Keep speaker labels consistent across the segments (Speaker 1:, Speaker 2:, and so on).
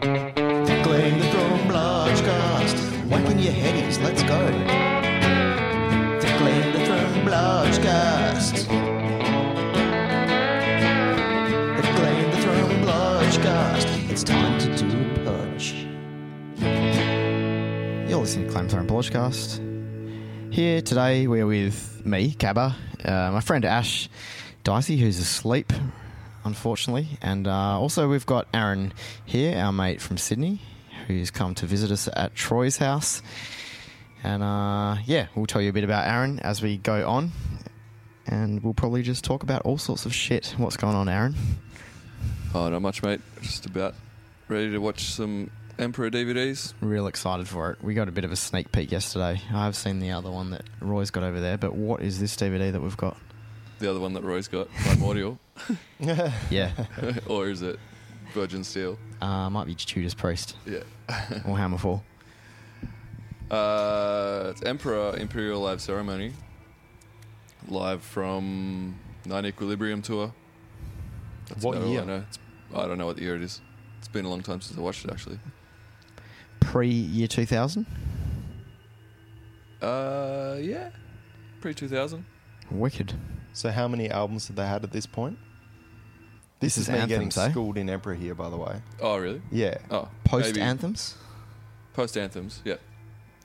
Speaker 1: Claim the throne, large cast. Wiping your headies, let's go. To claim the throne, large cast. To claim the throne, large cast. It's time to do a purge. You're listening to Claim Throne Podcast. Here today, we're with me, Cabba, uh, my friend Ash Dicey, who's asleep, unfortunately, and uh, also we've got Aaron here, our mate from Sydney, who's come to visit us at Troy's house. And uh, yeah, we'll tell you a bit about Aaron as we go on, and we'll probably just talk about all sorts of shit. What's going on, Aaron?
Speaker 2: Oh, not much, mate. Just about ready to watch some Emperor DVDs.
Speaker 1: Real excited for it. We got a bit of a sneak peek yesterday. I've seen the other one that Roy's got over there, but what is this DVD that we've got?
Speaker 2: The other one that Roy's got, Primordial,
Speaker 1: Yeah,
Speaker 2: or is it Virgin Steel?
Speaker 1: uh, might be Judas Priest
Speaker 2: Yeah.
Speaker 1: or Hammerfall.
Speaker 2: Uh, it's Emperor Imperial Live Ceremony, live from Nine Equilibrium tour. That's
Speaker 3: What
Speaker 2: about all
Speaker 3: year?
Speaker 2: I, know. It's- I don't know what the year it is. It's been a long time since I watched it, actually.
Speaker 1: Pre year 2000?
Speaker 2: Uh, yeah, pre two thousand.
Speaker 1: Wicked.
Speaker 3: So how many albums have they had at this point? This,
Speaker 1: This
Speaker 3: is
Speaker 1: is
Speaker 3: me getting
Speaker 1: anthems, eh?
Speaker 3: schooled in Emperor here, by the way.
Speaker 2: Oh, really?
Speaker 3: Yeah.
Speaker 2: Oh,
Speaker 1: Post
Speaker 2: maybe-
Speaker 1: anthems?
Speaker 2: Post Anthems, yeah.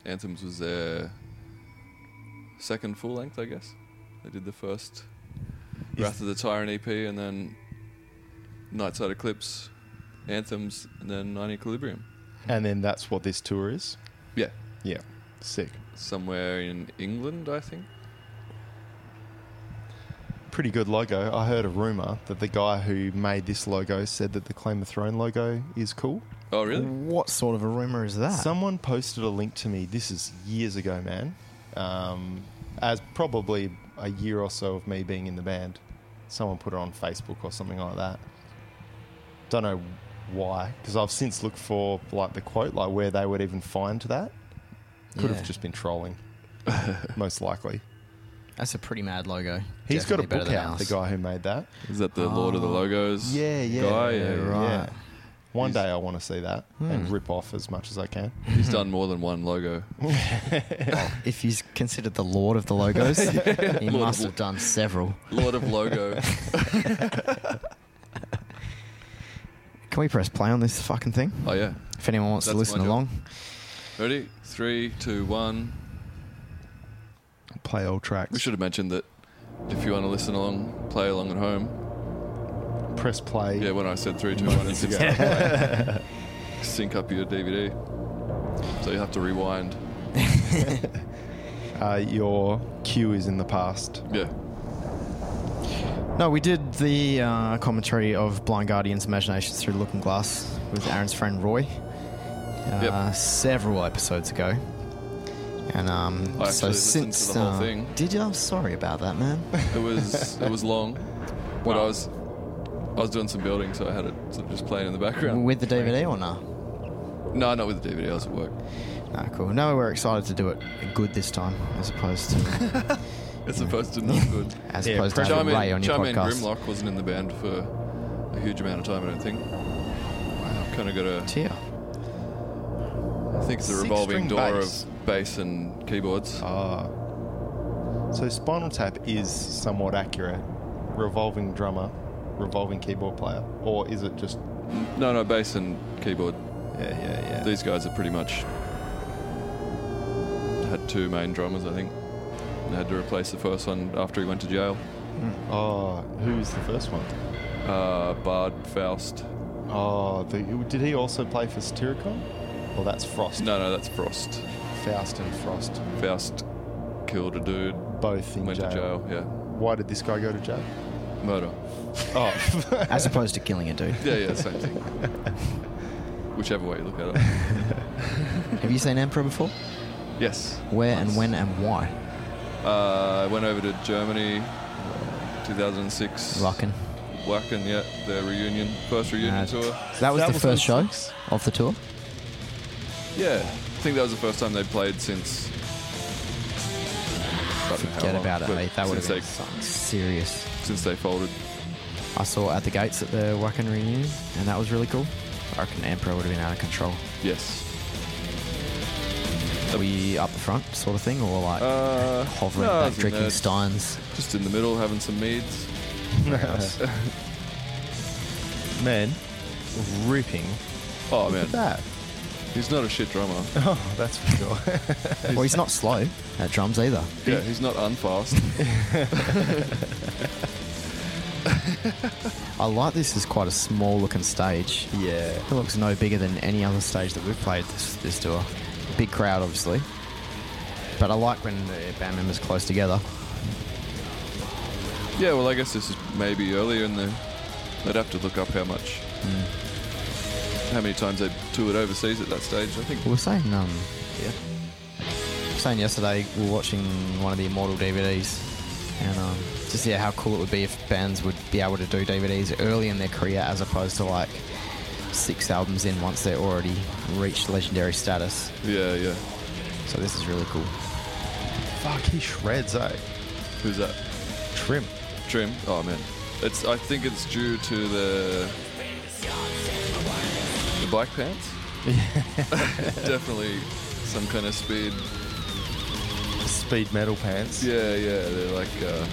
Speaker 2: Anthems was their second full length, I guess. They did the first
Speaker 3: Is-
Speaker 2: Wrath of the Tyrant EP and then Nightside Eclipse, Anthems, and then Nine Equilibrium.
Speaker 3: And then that's what this tour is?
Speaker 2: Yeah.
Speaker 3: Yeah. Sick.
Speaker 2: Somewhere in England, I think.
Speaker 3: Pretty good logo. I heard a rumor that the guy who made this logo said that the Claim of Throne logo is cool.
Speaker 2: Oh, really?
Speaker 1: What sort of a rumor is that?
Speaker 3: Someone posted a link to me. This is years ago, man. Um, as probably a year or so of me being in the band. Someone put it on Facebook or something like that. Don't know why, because I've since looked for like the quote, like where they would even find that. Could
Speaker 1: Yeah.
Speaker 3: have just been trolling, most likely.
Speaker 1: That's a pretty mad logo.
Speaker 3: He's
Speaker 1: Definitely
Speaker 3: got a
Speaker 1: better
Speaker 3: book
Speaker 1: than
Speaker 3: out.
Speaker 1: ours.
Speaker 3: The guy who made that.
Speaker 2: Is that the Lord of the
Speaker 1: Oh.
Speaker 2: Logos?
Speaker 3: Yeah, yeah,
Speaker 2: Guy,
Speaker 1: Yeah,
Speaker 2: yeah,
Speaker 1: right.
Speaker 3: One
Speaker 2: He's-
Speaker 3: day I want to see that
Speaker 1: Hmm.
Speaker 3: and rip off as much as I can.
Speaker 2: He's done more than one logo.
Speaker 1: If he's considered the lord of the logos, he
Speaker 2: Lord
Speaker 1: must
Speaker 2: of-
Speaker 1: have done several.
Speaker 2: Lord of Logo.
Speaker 1: Can we press play on this fucking thing?
Speaker 2: Oh, yeah.
Speaker 1: If anyone wants to
Speaker 2: That's
Speaker 1: listen
Speaker 2: my job.
Speaker 1: along.
Speaker 2: Ready? Three, two, one.
Speaker 3: Play old tracks.
Speaker 2: We should have mentioned that if you want to listen along, play along at home.
Speaker 3: press play.
Speaker 2: Yeah, when I said three, two, one, it's
Speaker 3: ago.
Speaker 2: sync up your DVD. So you have to rewind.
Speaker 3: Uh, your cue is in the past.
Speaker 2: Yeah.
Speaker 1: No, we did the uh, commentary of Blind Guardian's Imaginations Through the Looking Glass with Aaron's friend Roy uh,
Speaker 2: Yep.
Speaker 1: several episodes ago. And um,
Speaker 2: I
Speaker 1: so
Speaker 2: actually listened to
Speaker 1: since
Speaker 2: the whole
Speaker 1: uh,
Speaker 2: thing.
Speaker 1: did you? I'm sorry about that, man.
Speaker 2: It was it was long. But I
Speaker 1: Wow.
Speaker 2: was I was doing some building so I had it sort of just playing in the background.
Speaker 1: with the DVD or no?
Speaker 2: No, not with the DVD, I was at work.
Speaker 1: Nah, Ah, cool. No, we're excited to do it good this time, as opposed to
Speaker 2: It's supposed to not good.
Speaker 1: as
Speaker 3: Yeah,
Speaker 1: opposed to having
Speaker 2: Charmaine,
Speaker 1: Ray on your
Speaker 2: Charmaine
Speaker 1: podcast.
Speaker 2: Grimlock wasn't in the band for a huge amount of time, I don't think. Wow. Kinda got a
Speaker 1: Tier.
Speaker 2: I think it's a
Speaker 3: Six
Speaker 2: revolving
Speaker 3: string
Speaker 2: door
Speaker 3: bass.
Speaker 2: of bass and keyboards.
Speaker 1: Oh.
Speaker 3: Ah. So Spinal Tap is somewhat accurate. Revolving drummer, revolving keyboard player, or is it just?
Speaker 2: No, no, bass and keyboard.
Speaker 3: Yeah, yeah, yeah.
Speaker 2: These guys are pretty much had two main drummers, I think. And had to replace the first one after he went to jail.
Speaker 3: oh, who's the first one?
Speaker 2: Uh, Bard Faust.
Speaker 3: Oh, the, did he also play for Satyricon? Well, that's Frost.
Speaker 2: No, no, that's Frost.
Speaker 3: Faust and Frost,
Speaker 2: Faust killed a dude,
Speaker 3: both in
Speaker 2: went
Speaker 3: jail.
Speaker 2: to jail. Yeah,
Speaker 3: Why did this guy go to jail?
Speaker 2: murder.
Speaker 3: Oh,
Speaker 1: As opposed to killing a dude.
Speaker 2: Yeah, yeah, same thing. Whichever way you look at it.
Speaker 1: Have you seen Emperor before?
Speaker 2: Yes.
Speaker 1: Where and
Speaker 2: Nice.
Speaker 1: when and why?
Speaker 2: Uh, I went over to Germany, uh, 2006.
Speaker 1: Rockin'.
Speaker 2: Wacken, yeah, their reunion, first reunion
Speaker 1: Mad.
Speaker 2: tour.
Speaker 1: That was
Speaker 3: That
Speaker 1: the
Speaker 3: was
Speaker 1: first
Speaker 3: on
Speaker 1: show
Speaker 3: six.
Speaker 1: of the tour.
Speaker 2: Yeah, I think that was the first time they played since. I don't know how
Speaker 1: Forget
Speaker 2: long,
Speaker 1: about it,
Speaker 2: but
Speaker 1: mate. That would have
Speaker 2: since
Speaker 1: been something serious.
Speaker 2: they, since they folded.
Speaker 1: I saw it at the gates at the Wacken reunion, and that was really cool. I reckon Emperor would have been out of control.
Speaker 2: Yes.
Speaker 1: Are we up the front, sort of thing, or like
Speaker 2: Uh,
Speaker 1: hovering
Speaker 2: no, I
Speaker 1: back,
Speaker 2: was in
Speaker 1: drinking
Speaker 2: there,
Speaker 1: steins?
Speaker 2: Just in the middle, having some meads.
Speaker 3: Man, ripping.
Speaker 2: Oh
Speaker 3: Look
Speaker 2: man,
Speaker 3: at that.
Speaker 2: he's not a shit drummer.
Speaker 3: Oh, that's for sure.
Speaker 1: Well, he's not slow at drums either.
Speaker 2: yeah, he's not unfast.
Speaker 1: I like this is quite a small looking stage.
Speaker 3: yeah.
Speaker 1: It looks no bigger than any other stage that we've played this, this tour. Big crowd, obviously. But I like when the band members close together.
Speaker 2: yeah, well, I guess this is maybe earlier in the. They'd have to look up how much,
Speaker 1: Hmm.
Speaker 2: how many times they toured overseas at that stage. I think.
Speaker 1: We were saying, um,
Speaker 2: Yeah.
Speaker 1: saying yesterday we were watching one of the Immortal DVDs, and um, just yeah, how cool it would be if bands would be able to do DVDs early in their career as opposed to like six albums in once they're already reached legendary status.
Speaker 2: Yeah, yeah.
Speaker 1: So this is really cool.
Speaker 3: Fuck, he shreds, eh?
Speaker 2: Who's that?
Speaker 3: Trim.
Speaker 2: Trim. Oh man, it's. I think it's due to the. The black pants. Definitely some kind of speed.
Speaker 3: Speed metal pants.
Speaker 2: Yeah, yeah. They're like. Uh,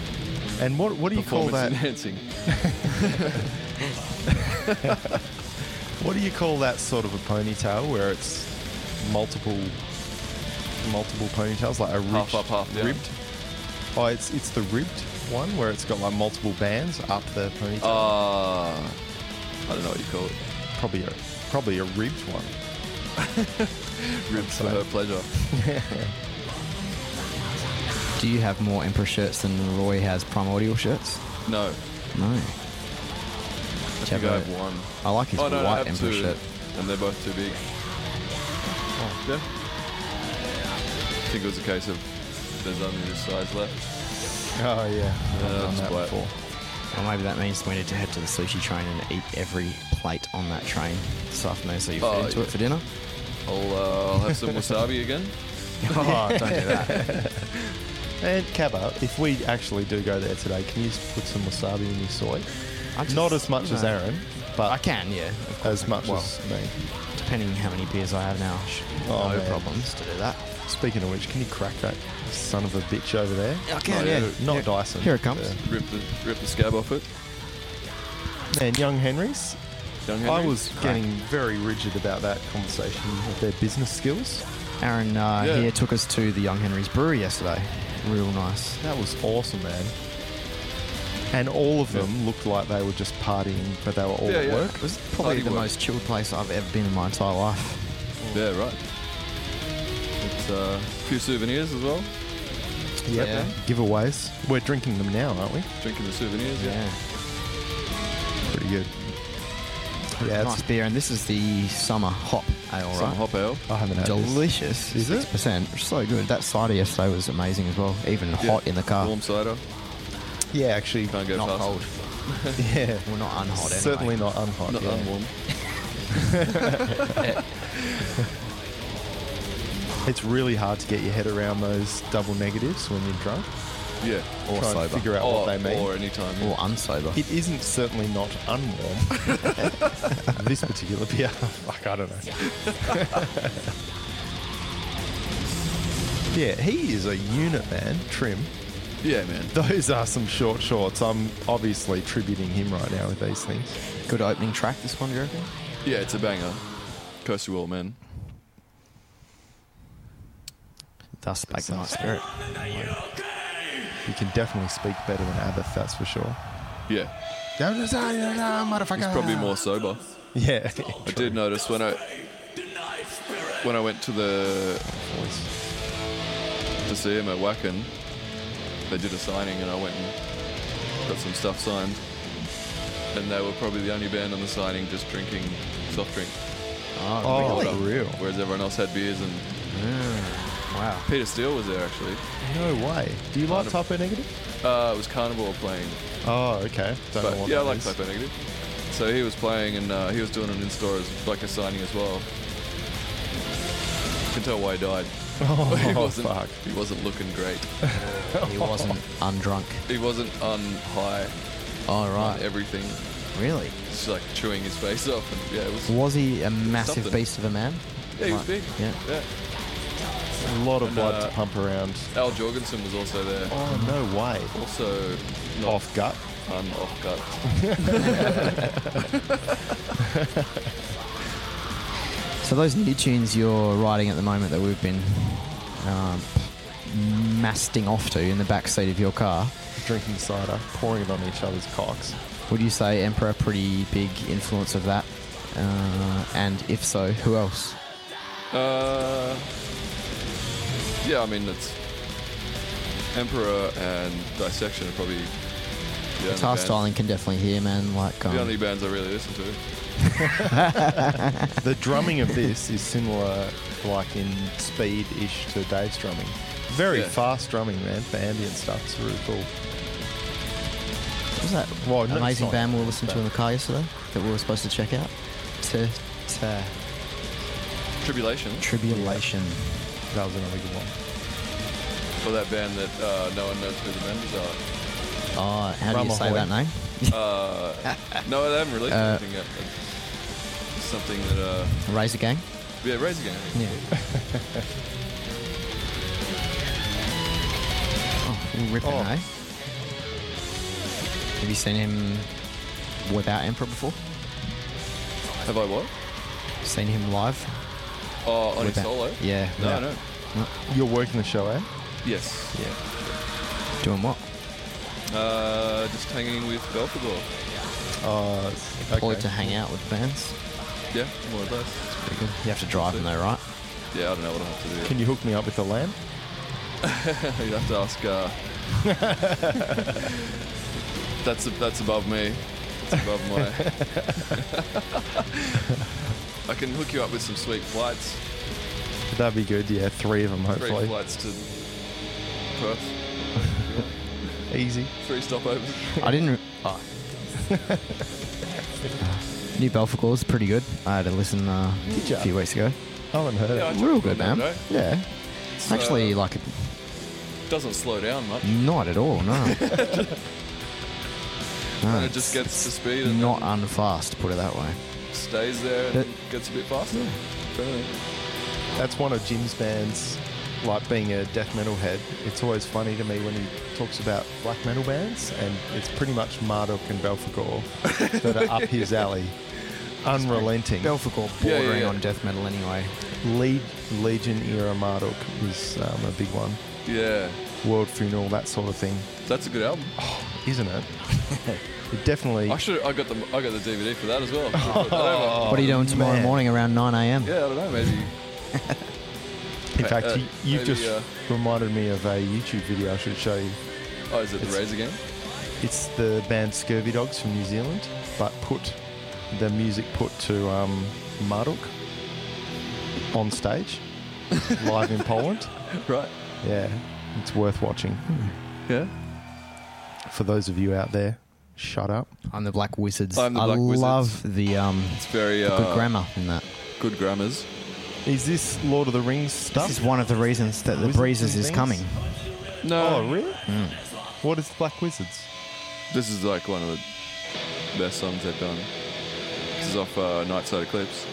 Speaker 3: And what what do you call
Speaker 2: performance
Speaker 3: that?
Speaker 2: enhancing.
Speaker 3: What do you call that sort of a ponytail where it's multiple multiple ponytails, like a ribbed,
Speaker 2: Half up, half down.
Speaker 3: ribbed? Oh, it's it's the ribbed one where it's got like multiple bands up the ponytail.
Speaker 2: Ah, I don't know what you call it.
Speaker 3: probably a probably a ribbed one.
Speaker 2: Ribs for her pleasure.
Speaker 1: Do you have more Emperor shirts than Roy has Primordial shirts?
Speaker 2: No,
Speaker 1: No.
Speaker 2: I think I have one.
Speaker 1: I like his
Speaker 2: oh no, no, I
Speaker 1: white
Speaker 2: have
Speaker 1: Emperor
Speaker 2: two,
Speaker 1: shirt.
Speaker 2: and they're both too big.
Speaker 3: Oh.
Speaker 2: Yeah. I think it was a case of there's only this size left.
Speaker 3: Oh yeah, I've
Speaker 2: Yeah,
Speaker 3: done
Speaker 2: Uh, that's
Speaker 3: that
Speaker 2: quite-
Speaker 3: before.
Speaker 1: Well, maybe that means we need to head to the sushi train and eat every plate on that train this afternoon so you fit
Speaker 2: Oh,
Speaker 1: into it
Speaker 2: yeah.
Speaker 1: for dinner.
Speaker 2: I'll, uh, I'll have some wasabi again.
Speaker 1: oh, don't do that.
Speaker 3: And Cabba, if we actually do go there today, can you put some wasabi in your soy?
Speaker 1: I just-
Speaker 3: Not as much
Speaker 1: you
Speaker 3: as
Speaker 1: know.
Speaker 3: Aaron, but
Speaker 1: I can, yeah.
Speaker 3: as much
Speaker 1: Well,
Speaker 3: as me.
Speaker 1: depending how many beers I have now. sh-
Speaker 3: Oh,
Speaker 1: no
Speaker 3: man.
Speaker 1: problems to do that.
Speaker 3: Speaking of which, can you crack that son of a bitch over there? Uh,
Speaker 1: I
Speaker 2: can, yeah.
Speaker 3: Not
Speaker 1: Here-
Speaker 3: Dyson.
Speaker 1: here it comes.
Speaker 3: Uh,
Speaker 2: Rip the rip the scab off it.
Speaker 3: And young Henry's,
Speaker 2: Young
Speaker 3: I
Speaker 2: Henry.
Speaker 3: was
Speaker 1: Correct.
Speaker 3: getting very rigid about that conversation of their business skills.
Speaker 1: Aaron uh,
Speaker 2: Yeah.
Speaker 1: here took us to the Young Henry's Brewery yesterday. Real nice.
Speaker 3: That was awesome, man. And all of them looked like they were just partying, but they were all
Speaker 2: Yeah,
Speaker 3: at
Speaker 2: yeah.
Speaker 3: work.
Speaker 1: It was probably
Speaker 2: Hardy
Speaker 1: the
Speaker 2: work.
Speaker 1: most chilled place I've ever been in my entire life.
Speaker 2: Yeah, right. It's uh, a few souvenirs as well.
Speaker 1: Yep. Yeah.
Speaker 3: Giveaways. We're drinking them now, aren't we?
Speaker 2: Drinking the souvenirs. Yeah.
Speaker 1: Yeah.
Speaker 3: Pretty good. Yeah,
Speaker 1: nice
Speaker 3: it's,
Speaker 1: beer, and this is the summer hop ale,
Speaker 2: Some
Speaker 1: right?
Speaker 2: hop ale.
Speaker 3: I haven't had this.
Speaker 1: Delicious.
Speaker 3: Is it?
Speaker 1: percent? So good. That cider yesterday was amazing as well. Even
Speaker 2: Yeah.
Speaker 1: hot in the car.
Speaker 2: Warm cider.
Speaker 3: Yeah, actually,
Speaker 2: Can't go
Speaker 1: Not
Speaker 2: past.
Speaker 1: cold.
Speaker 3: yeah.
Speaker 1: Well, not unhot anyway.
Speaker 3: Certainly not unhot.
Speaker 2: Not
Speaker 3: yeah.
Speaker 2: unwarm.
Speaker 3: It's really hard to get your head around those double negatives when you're drunk.
Speaker 2: Yeah.
Speaker 1: Or
Speaker 3: Try and
Speaker 1: sober.
Speaker 3: figure out
Speaker 2: or,
Speaker 3: what they mean.
Speaker 2: or any time.
Speaker 1: Or unsober.
Speaker 3: It isn't certainly not unwarm. this particular beer, like I don't know. yeah, he is a unit man, Trim.
Speaker 2: Yeah, man.
Speaker 3: Those are some short shorts. I'm obviously tributing him right now with these things.
Speaker 1: Good opening track, this one, do you reckon?
Speaker 2: Yeah, it's a banger. Curse you all, man.
Speaker 1: Thus spake the night spirit.
Speaker 3: He can definitely speak better than Abbott, that's for sure.
Speaker 2: Yeah, he's
Speaker 3: He's
Speaker 2: probably more sober.
Speaker 3: Yeah.
Speaker 2: I did notice when I when I went to the to see him at Wacken, they did a signing, and I went and got some stuff signed. And they were probably the only band on the signing just drinking soft drink,
Speaker 3: Oh,
Speaker 2: Really?
Speaker 3: for real?
Speaker 2: whereas everyone else had beers. And
Speaker 1: Wow.
Speaker 2: Peter Steele was there actually.
Speaker 3: No way. Do you like typo negative?
Speaker 2: Uh, it was Carnival playing
Speaker 3: Oh, okay. Don't know
Speaker 2: But,
Speaker 3: what
Speaker 2: yeah, I
Speaker 3: that
Speaker 2: like
Speaker 3: is.
Speaker 2: Typo Negative. So he was playing and uh, he was doing an in store as like a signing as well. Can tell why he died.
Speaker 3: Oh,
Speaker 2: he wasn't.
Speaker 3: fuck.
Speaker 2: He wasn't looking great.
Speaker 1: He wasn't undrunk.
Speaker 2: He wasn't on high
Speaker 1: All
Speaker 2: on Oh,
Speaker 1: right.
Speaker 2: everything.
Speaker 1: Really?
Speaker 2: Just like chewing his face off, and yeah, it was.
Speaker 1: Was he a massive
Speaker 2: Something.
Speaker 1: beast of a man?
Speaker 2: Yeah, he was
Speaker 1: Like-
Speaker 2: big.
Speaker 1: Yeah.
Speaker 2: yeah.
Speaker 3: A lot of
Speaker 2: And,
Speaker 3: blood
Speaker 2: uh,
Speaker 3: to pump around.
Speaker 2: Al Jorgensen was also there.
Speaker 3: Oh, no way.
Speaker 2: Also, not
Speaker 3: Off gut.
Speaker 2: un off gut.
Speaker 1: So those new tunes you're writing at the moment that we've been um, masting off to in the back seat of your car,
Speaker 3: Drinking cider, pouring it on each other's cocks.
Speaker 1: would you say Emperor pretty big influence of that? Uh, and if so, who else?
Speaker 2: Uh, yeah, I mean it's Emperor and Dissection are probably the only,
Speaker 1: Guitar
Speaker 2: bands,
Speaker 1: styling can definitely hear, man. Like, um,
Speaker 2: the only bands I really listen to.
Speaker 3: The drumming of this is similar, like in speed ish, to Dave's drumming. Very
Speaker 2: Yeah.
Speaker 3: fast drumming, man, for ambient stuff. It's really cool.
Speaker 1: what was that
Speaker 3: Well, no,
Speaker 1: amazing
Speaker 3: it's not.
Speaker 1: band we were listening to in the car yesterday that we were supposed to check out? To, to
Speaker 2: Tribulation
Speaker 1: Tribulation.
Speaker 3: That was another good one.
Speaker 2: for that band that uh, no one knows who the members are.
Speaker 1: Oh, how do you say
Speaker 3: Ramahoy.
Speaker 1: that name?
Speaker 2: No, they haven't released
Speaker 1: Uh,
Speaker 2: anything yet. It's Something that uh,
Speaker 1: Razor Gang.
Speaker 2: yeah, Razor Gang. I think.
Speaker 1: Yeah. oh, ripping,
Speaker 3: Oh.
Speaker 1: eh? Have you seen him without Emperor before?
Speaker 2: Have I what?
Speaker 1: Seen him live?
Speaker 2: Oh, on his
Speaker 1: Without-
Speaker 2: solo.
Speaker 1: Yeah.
Speaker 2: No,
Speaker 1: yeah.
Speaker 2: no.
Speaker 3: You're working the show, eh?
Speaker 2: Yes.
Speaker 3: Yeah.
Speaker 1: Doing what?
Speaker 2: Uh, just hanging with Belfagor.
Speaker 3: Uh, s- okay.
Speaker 1: Or to hang out with bands.
Speaker 2: Yeah, more or less.
Speaker 1: Pretty good. You have to drive them though, right?
Speaker 2: Yeah, I don't know what I have to do.
Speaker 3: Can you hook me up with the lamp?
Speaker 2: You'd have to ask. Uh, that's that's above me. It's above my. I can hook you up with some sweet flights.
Speaker 3: That'd be good, yeah. Three of them,
Speaker 2: Three
Speaker 3: hopefully.
Speaker 2: flights to Perth.
Speaker 3: Easy.
Speaker 2: Three stopovers.
Speaker 1: I didn't. Re- oh. New Belfagor's pretty good. I had a listen uh,
Speaker 3: Did ya?
Speaker 1: a few weeks ago.
Speaker 3: I haven't heard
Speaker 2: Yeah, I
Speaker 3: it.
Speaker 2: tried
Speaker 1: Real
Speaker 2: it
Speaker 1: good,
Speaker 2: the other
Speaker 1: man.
Speaker 2: day.
Speaker 1: Yeah.
Speaker 2: It's,
Speaker 1: Actually,
Speaker 2: uh,
Speaker 1: like,
Speaker 2: doesn't slow down much.
Speaker 1: not at all, no. no
Speaker 2: And it just gets to speed and
Speaker 1: not unfast, to put it that way.
Speaker 2: stays there and
Speaker 1: It-
Speaker 2: gets a bit faster. Apparently.
Speaker 3: That's one of Jim's bands, like being a death metal head. It's always funny to me when he talks about black metal bands, and it's pretty much Marduk and Belphegor that are up his alley. Unrelenting.
Speaker 1: Belphegor
Speaker 2: Yeah,
Speaker 1: bordering
Speaker 2: yeah, yeah.
Speaker 1: on death metal anyway.
Speaker 3: Le- Legion era Marduk was um, a big one.
Speaker 2: Yeah,
Speaker 3: World Funeral, that sort of thing,
Speaker 2: that's a good album.
Speaker 3: isn't it? it definitely.
Speaker 2: I should. I got the. I got the DVD for that as well. I
Speaker 1: Oh.
Speaker 2: should've put that over.
Speaker 1: what are you doing tomorrow
Speaker 3: man.
Speaker 1: morning around 9 a.m.?
Speaker 2: Yeah, I don't know. Maybe.
Speaker 3: In fact,
Speaker 2: uh,
Speaker 3: you, you've
Speaker 2: maybe,
Speaker 3: just
Speaker 2: uh,
Speaker 3: reminded me of a YouTube video I should show you.
Speaker 2: Oh, is it the
Speaker 3: It's-
Speaker 2: Razor Gang?
Speaker 3: It's the band Scurvy Dogs from New Zealand, but put the music put to um, Marduk on stage, live in Poland.
Speaker 2: Right.
Speaker 3: Yeah, it's worth watching.
Speaker 2: Yeah.
Speaker 3: For those of you out there, shut up.
Speaker 1: I'm the Black Wizards.
Speaker 2: I'm the
Speaker 1: I
Speaker 2: Black Wizards.
Speaker 1: love the, um,
Speaker 2: It's very
Speaker 1: the
Speaker 2: uh,
Speaker 1: good grammar in that.
Speaker 2: good grammars.
Speaker 3: Is this Lord of the Rings stuff?
Speaker 1: This is one of the reasons that the
Speaker 3: Wizards
Speaker 1: Breezes
Speaker 3: and
Speaker 1: is
Speaker 3: things?
Speaker 1: coming.
Speaker 2: No,
Speaker 3: Oh, really? What is Black Wizards?
Speaker 2: this is like one of the best songs they've done. This is off uh, Nightside Eclipse.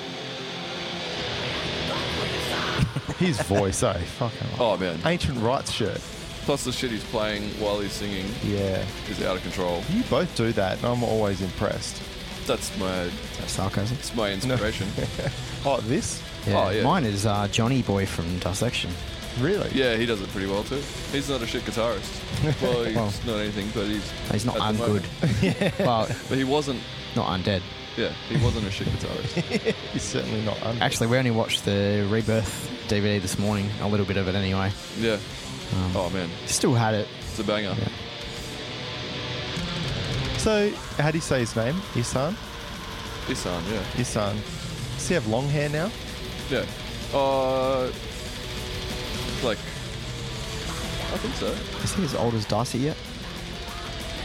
Speaker 3: His voice, eh? Fucking
Speaker 2: Oh man!
Speaker 3: ancient rights shirt.
Speaker 2: Plus the shit he's playing while he's singing
Speaker 3: Yeah,
Speaker 2: is out of control.
Speaker 3: you both do that, and I'm always impressed.
Speaker 2: That's my
Speaker 1: Sarcasm.
Speaker 2: it's my inspiration.
Speaker 3: Oh, this
Speaker 1: Yeah.
Speaker 2: Oh, yeah.
Speaker 1: Mine is uh, Johnny Boy from Dissection.
Speaker 3: really?
Speaker 2: yeah, he does it pretty well too. He's not a shit guitarist. Well, he's
Speaker 1: Well.
Speaker 2: not anything, but he's
Speaker 1: He's not
Speaker 2: at the moment-
Speaker 1: ungood. well,
Speaker 2: But he wasn't.
Speaker 1: not undead.
Speaker 2: Yeah, he wasn't a shit guitarist.
Speaker 3: He's certainly not. un-
Speaker 1: Actually, we only watched the Rebirth DVD this morning, a little bit of it anyway.
Speaker 2: Yeah.
Speaker 3: Um,
Speaker 2: Oh man,
Speaker 1: Still had it.
Speaker 2: it's a banger.
Speaker 1: Yeah.
Speaker 3: So, how do you say his name? Isan?
Speaker 2: His son, yeah.
Speaker 3: Isan. Does he have long hair now?
Speaker 2: Yeah. Uh, like, I think so.
Speaker 1: Is he as old as Darcy yet?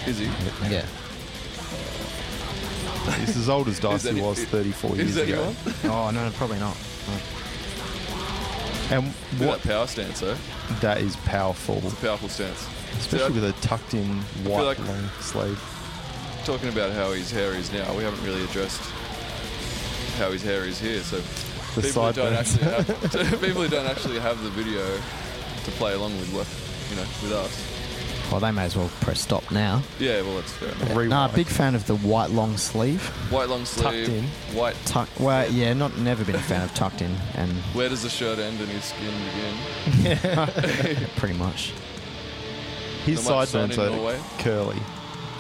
Speaker 2: Is he?
Speaker 1: Yeah.
Speaker 3: He's as old as Dicey
Speaker 2: any-
Speaker 3: was 34
Speaker 2: Is
Speaker 3: years
Speaker 2: that
Speaker 3: ago.
Speaker 2: anyone?
Speaker 1: oh, no, probably not.
Speaker 3: And
Speaker 2: What
Speaker 3: what?
Speaker 2: that power stance though?
Speaker 3: That is powerful,
Speaker 2: Powerful stance.
Speaker 3: especially with a tucked in
Speaker 2: feel
Speaker 3: white
Speaker 2: like-
Speaker 3: long sleeve.
Speaker 2: talking about how his hair is now. We haven't really addressed how his hair is here. So
Speaker 3: The
Speaker 2: people who don't
Speaker 3: sideburns.
Speaker 2: actually have, people who don't actually have the video to play along with, what you know, with us.
Speaker 1: Well, they may as well press stop now.
Speaker 2: Yeah, well, that's fair. enough.
Speaker 3: Rewind.
Speaker 1: Nah, big fan of the white long sleeve.
Speaker 2: White long
Speaker 3: Tucked
Speaker 2: sleeve,
Speaker 3: in.
Speaker 2: white.
Speaker 1: Tuck. Well, yeah, not never been a fan of tucked in, and
Speaker 2: Where does the shirt end and his skin begin?
Speaker 1: pretty much.
Speaker 3: His
Speaker 2: Not much sun
Speaker 3: sideburns
Speaker 2: in
Speaker 3: are
Speaker 2: Norway.
Speaker 3: curly,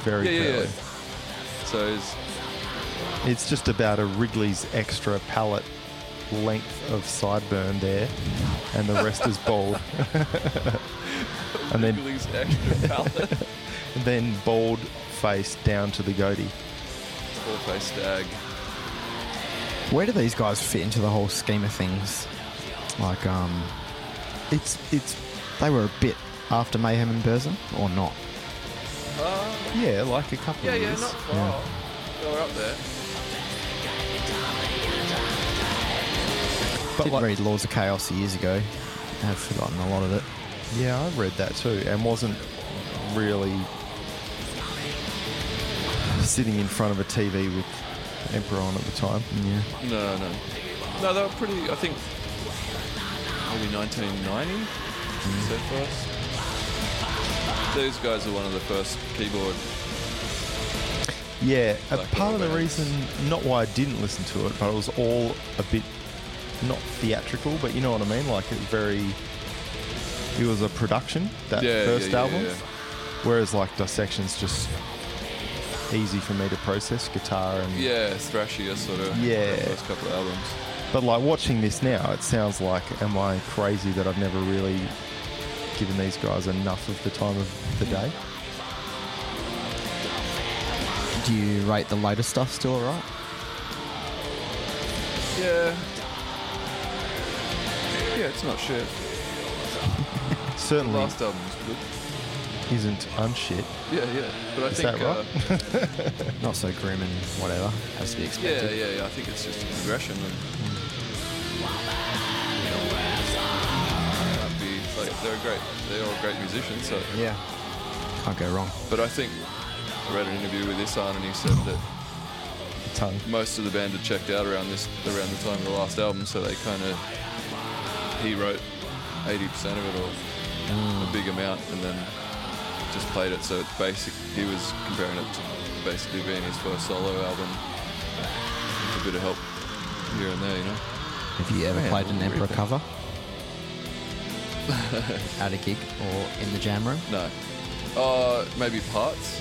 Speaker 3: very
Speaker 2: Yeah, yeah,
Speaker 3: curly.
Speaker 2: yeah. So he's
Speaker 3: It's just about a Wrigley's extra palette length of sideburn there, and the rest is bald. and then
Speaker 2: Wrigley's extra palette.
Speaker 3: then bald face down to the goatee.
Speaker 2: Full face stag.
Speaker 1: Where do these guys fit into the whole scheme of things? Like, um,
Speaker 3: It's it's
Speaker 1: they were a bit after Mayhem and Burzum, or not?
Speaker 2: Uh,
Speaker 3: yeah, like a couple
Speaker 2: yeah,
Speaker 3: of
Speaker 2: yeah,
Speaker 3: years.
Speaker 2: not far.
Speaker 1: Yeah.
Speaker 2: They were up there.
Speaker 3: But
Speaker 1: Did
Speaker 3: like-
Speaker 1: read Laws of Chaos years ago. I've forgotten a lot of it.
Speaker 3: Yeah, I read that too, and wasn't really sitting in front of a TV with Emperor on at the time.
Speaker 1: Yeah.
Speaker 2: No, no. No, they were pretty, I think, maybe 1990,
Speaker 3: Mm.
Speaker 2: so first. These guys are one of the first keyboard.
Speaker 3: Yeah, a
Speaker 2: Like uh,
Speaker 3: part of
Speaker 2: all
Speaker 3: the
Speaker 2: bands.
Speaker 3: reason, not why I didn't listen to it, but it was all a bit not theatrical, but you know what I mean. Like it was very, it was a production that
Speaker 2: yeah,
Speaker 3: first
Speaker 2: yeah, yeah,
Speaker 3: album.
Speaker 2: Yeah,
Speaker 3: Whereas like Dissection's just easy for me to process guitar and
Speaker 2: yeah. thrashier sort of.
Speaker 3: Yeah.
Speaker 2: the First couple of albums.
Speaker 3: But like watching this now, it sounds like, am I crazy that I've never really given these guys enough of the time of the day?
Speaker 1: Do you rate the later stuff still alright?
Speaker 2: Yeah. Yeah, it's not shit. The
Speaker 3: Certainly
Speaker 2: last album was good.
Speaker 3: isn't unshit.
Speaker 2: Yeah, yeah. But I
Speaker 3: Is
Speaker 2: think.
Speaker 3: that right?
Speaker 2: Uh,
Speaker 1: Not so grim and whatever. Has to be
Speaker 2: Yeah,
Speaker 1: expected.
Speaker 2: yeah, yeah. I think it's just a progression. And, That'd be, like, they're a great. They're all great musicians. So,
Speaker 1: Yeah. Can't go wrong.
Speaker 2: but I think I read an interview with Isan and he said that
Speaker 3: The tongue.
Speaker 2: most of the band had checked out around this around the time of the last album. So they kind of he wrote 80% of it or a big amount and then just played it. So it's basic. He was comparing it to basically being his first solo album. With a bit of help here and there, you know.
Speaker 1: Have you ever
Speaker 2: Yeah,
Speaker 1: played an
Speaker 2: we'll
Speaker 1: Emperor
Speaker 2: read that.
Speaker 1: cover? At a gig or in the jam room?
Speaker 2: No. Uh, maybe parts.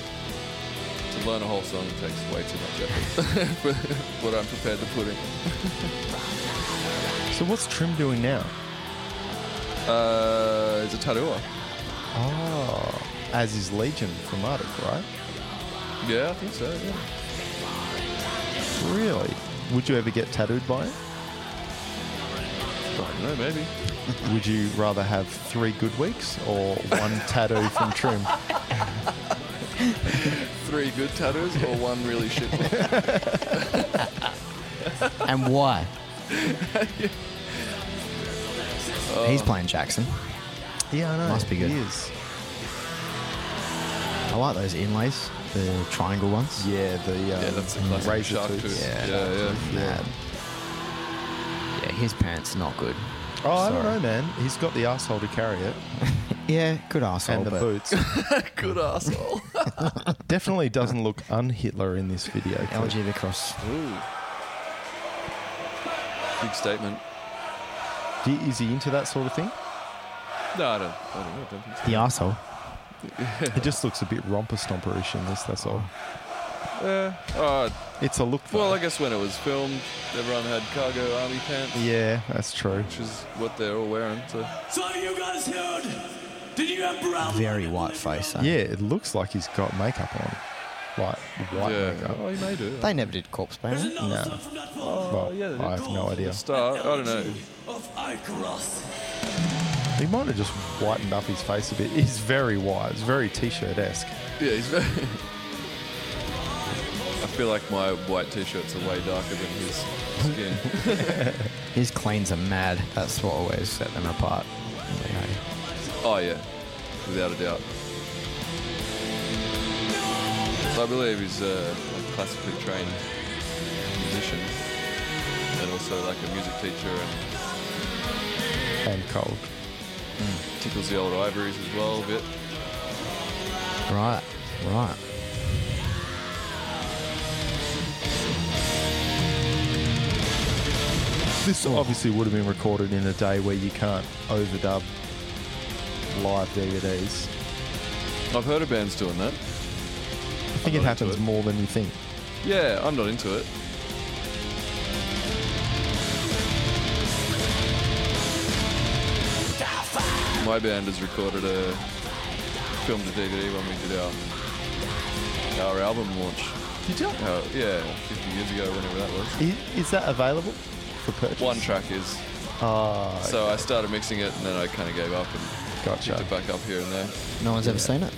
Speaker 2: To learn a whole song takes way too much effort for what I'm prepared to put in.
Speaker 3: So what's Trim doing now?
Speaker 2: Uh, it's a Tarua. Ah.
Speaker 3: Oh, as is Legion from Arctic, right?
Speaker 2: Yeah, I think so. Yeah.
Speaker 3: Really? Would you ever get tattooed by it?
Speaker 2: I don't know, maybe.
Speaker 3: Would you rather have three good weeks or one tattoo from Trim?
Speaker 2: Three good tattoos or one really shit one?
Speaker 1: And why? He's playing Jackson.
Speaker 3: Yeah, I know.
Speaker 1: Must be good.
Speaker 3: It is.
Speaker 1: I like those inlays, the triangle ones.
Speaker 3: Yeah, the um,
Speaker 2: Yeah, that's a classic
Speaker 3: razor
Speaker 2: shark
Speaker 3: tooth.
Speaker 2: tooth.
Speaker 1: Yeah.
Speaker 2: yeah. yeah.
Speaker 1: Mad. Yeah, his pants not good.
Speaker 3: Oh, I don't
Speaker 1: Sorry.
Speaker 3: know, man. He's got the asshole to carry it
Speaker 1: Yeah, good asshole.
Speaker 3: and the
Speaker 1: but
Speaker 3: boots.
Speaker 2: Good asshole.
Speaker 3: Definitely doesn't look un-Hitler in this video. clip.
Speaker 1: LG the cross.
Speaker 2: Ooh. Big statement.
Speaker 3: Do you- Is he into that sort of thing?
Speaker 2: No, I don't. I don't know. I don't think so.
Speaker 1: The asshole.
Speaker 3: It just looks a bit romper stomperish in this. That's all.
Speaker 2: Yeah. Uh,
Speaker 3: It's a look.
Speaker 2: well,
Speaker 3: though.
Speaker 2: I guess when it was filmed, everyone had cargo army pants,
Speaker 3: yeah, that's true.
Speaker 2: which is what they're all wearing. So.
Speaker 4: So you guys heard? Did you have brown?
Speaker 1: Very white face. eh?
Speaker 3: Yeah, it looks like he's got makeup on, like white
Speaker 2: yeah.
Speaker 3: makeup.
Speaker 2: Oh, you may do. Oh,
Speaker 1: They never did corpse
Speaker 4: There's
Speaker 1: painting.
Speaker 4: another
Speaker 3: No.
Speaker 4: song from that film.
Speaker 3: Well,
Speaker 2: yeah,
Speaker 3: I have no idea.
Speaker 2: Star, I don't know.
Speaker 4: Analogy Of Icaros.
Speaker 3: He might have just whitened up his face a bit. He's very white. It's very t-shirt esque.
Speaker 2: Yeah, he's very. I feel like my white t-shirts are way darker than his skin.
Speaker 1: His cleans are mad. That's what always set them apart.
Speaker 2: oh yeah, without a doubt. I believe he's uh, a classically trained musician and also like a music teacher and
Speaker 3: and cold.
Speaker 2: tickles the old ivories as well a bit.
Speaker 1: Right, right.
Speaker 3: This
Speaker 2: Oh.
Speaker 3: obviously would have been recorded in a day where you can't overdub live DVDs.
Speaker 2: I've heard of bands doing that.
Speaker 3: I think
Speaker 2: I'm
Speaker 3: it
Speaker 2: not into
Speaker 3: happens
Speaker 2: it.
Speaker 3: more than you think.
Speaker 2: Yeah, I'm not into it. My band has recorded a filmed a DVD when we did our our album launch.
Speaker 3: Did you?
Speaker 2: Uh, yeah, 50 years ago, whenever that was.
Speaker 3: Is, is that available for purchase?
Speaker 2: One track is.
Speaker 3: Ah,
Speaker 2: So I started mixing it, and then I kind of gave up and picked
Speaker 3: gotcha.
Speaker 2: it back up here and there.
Speaker 1: No one's ever seen it.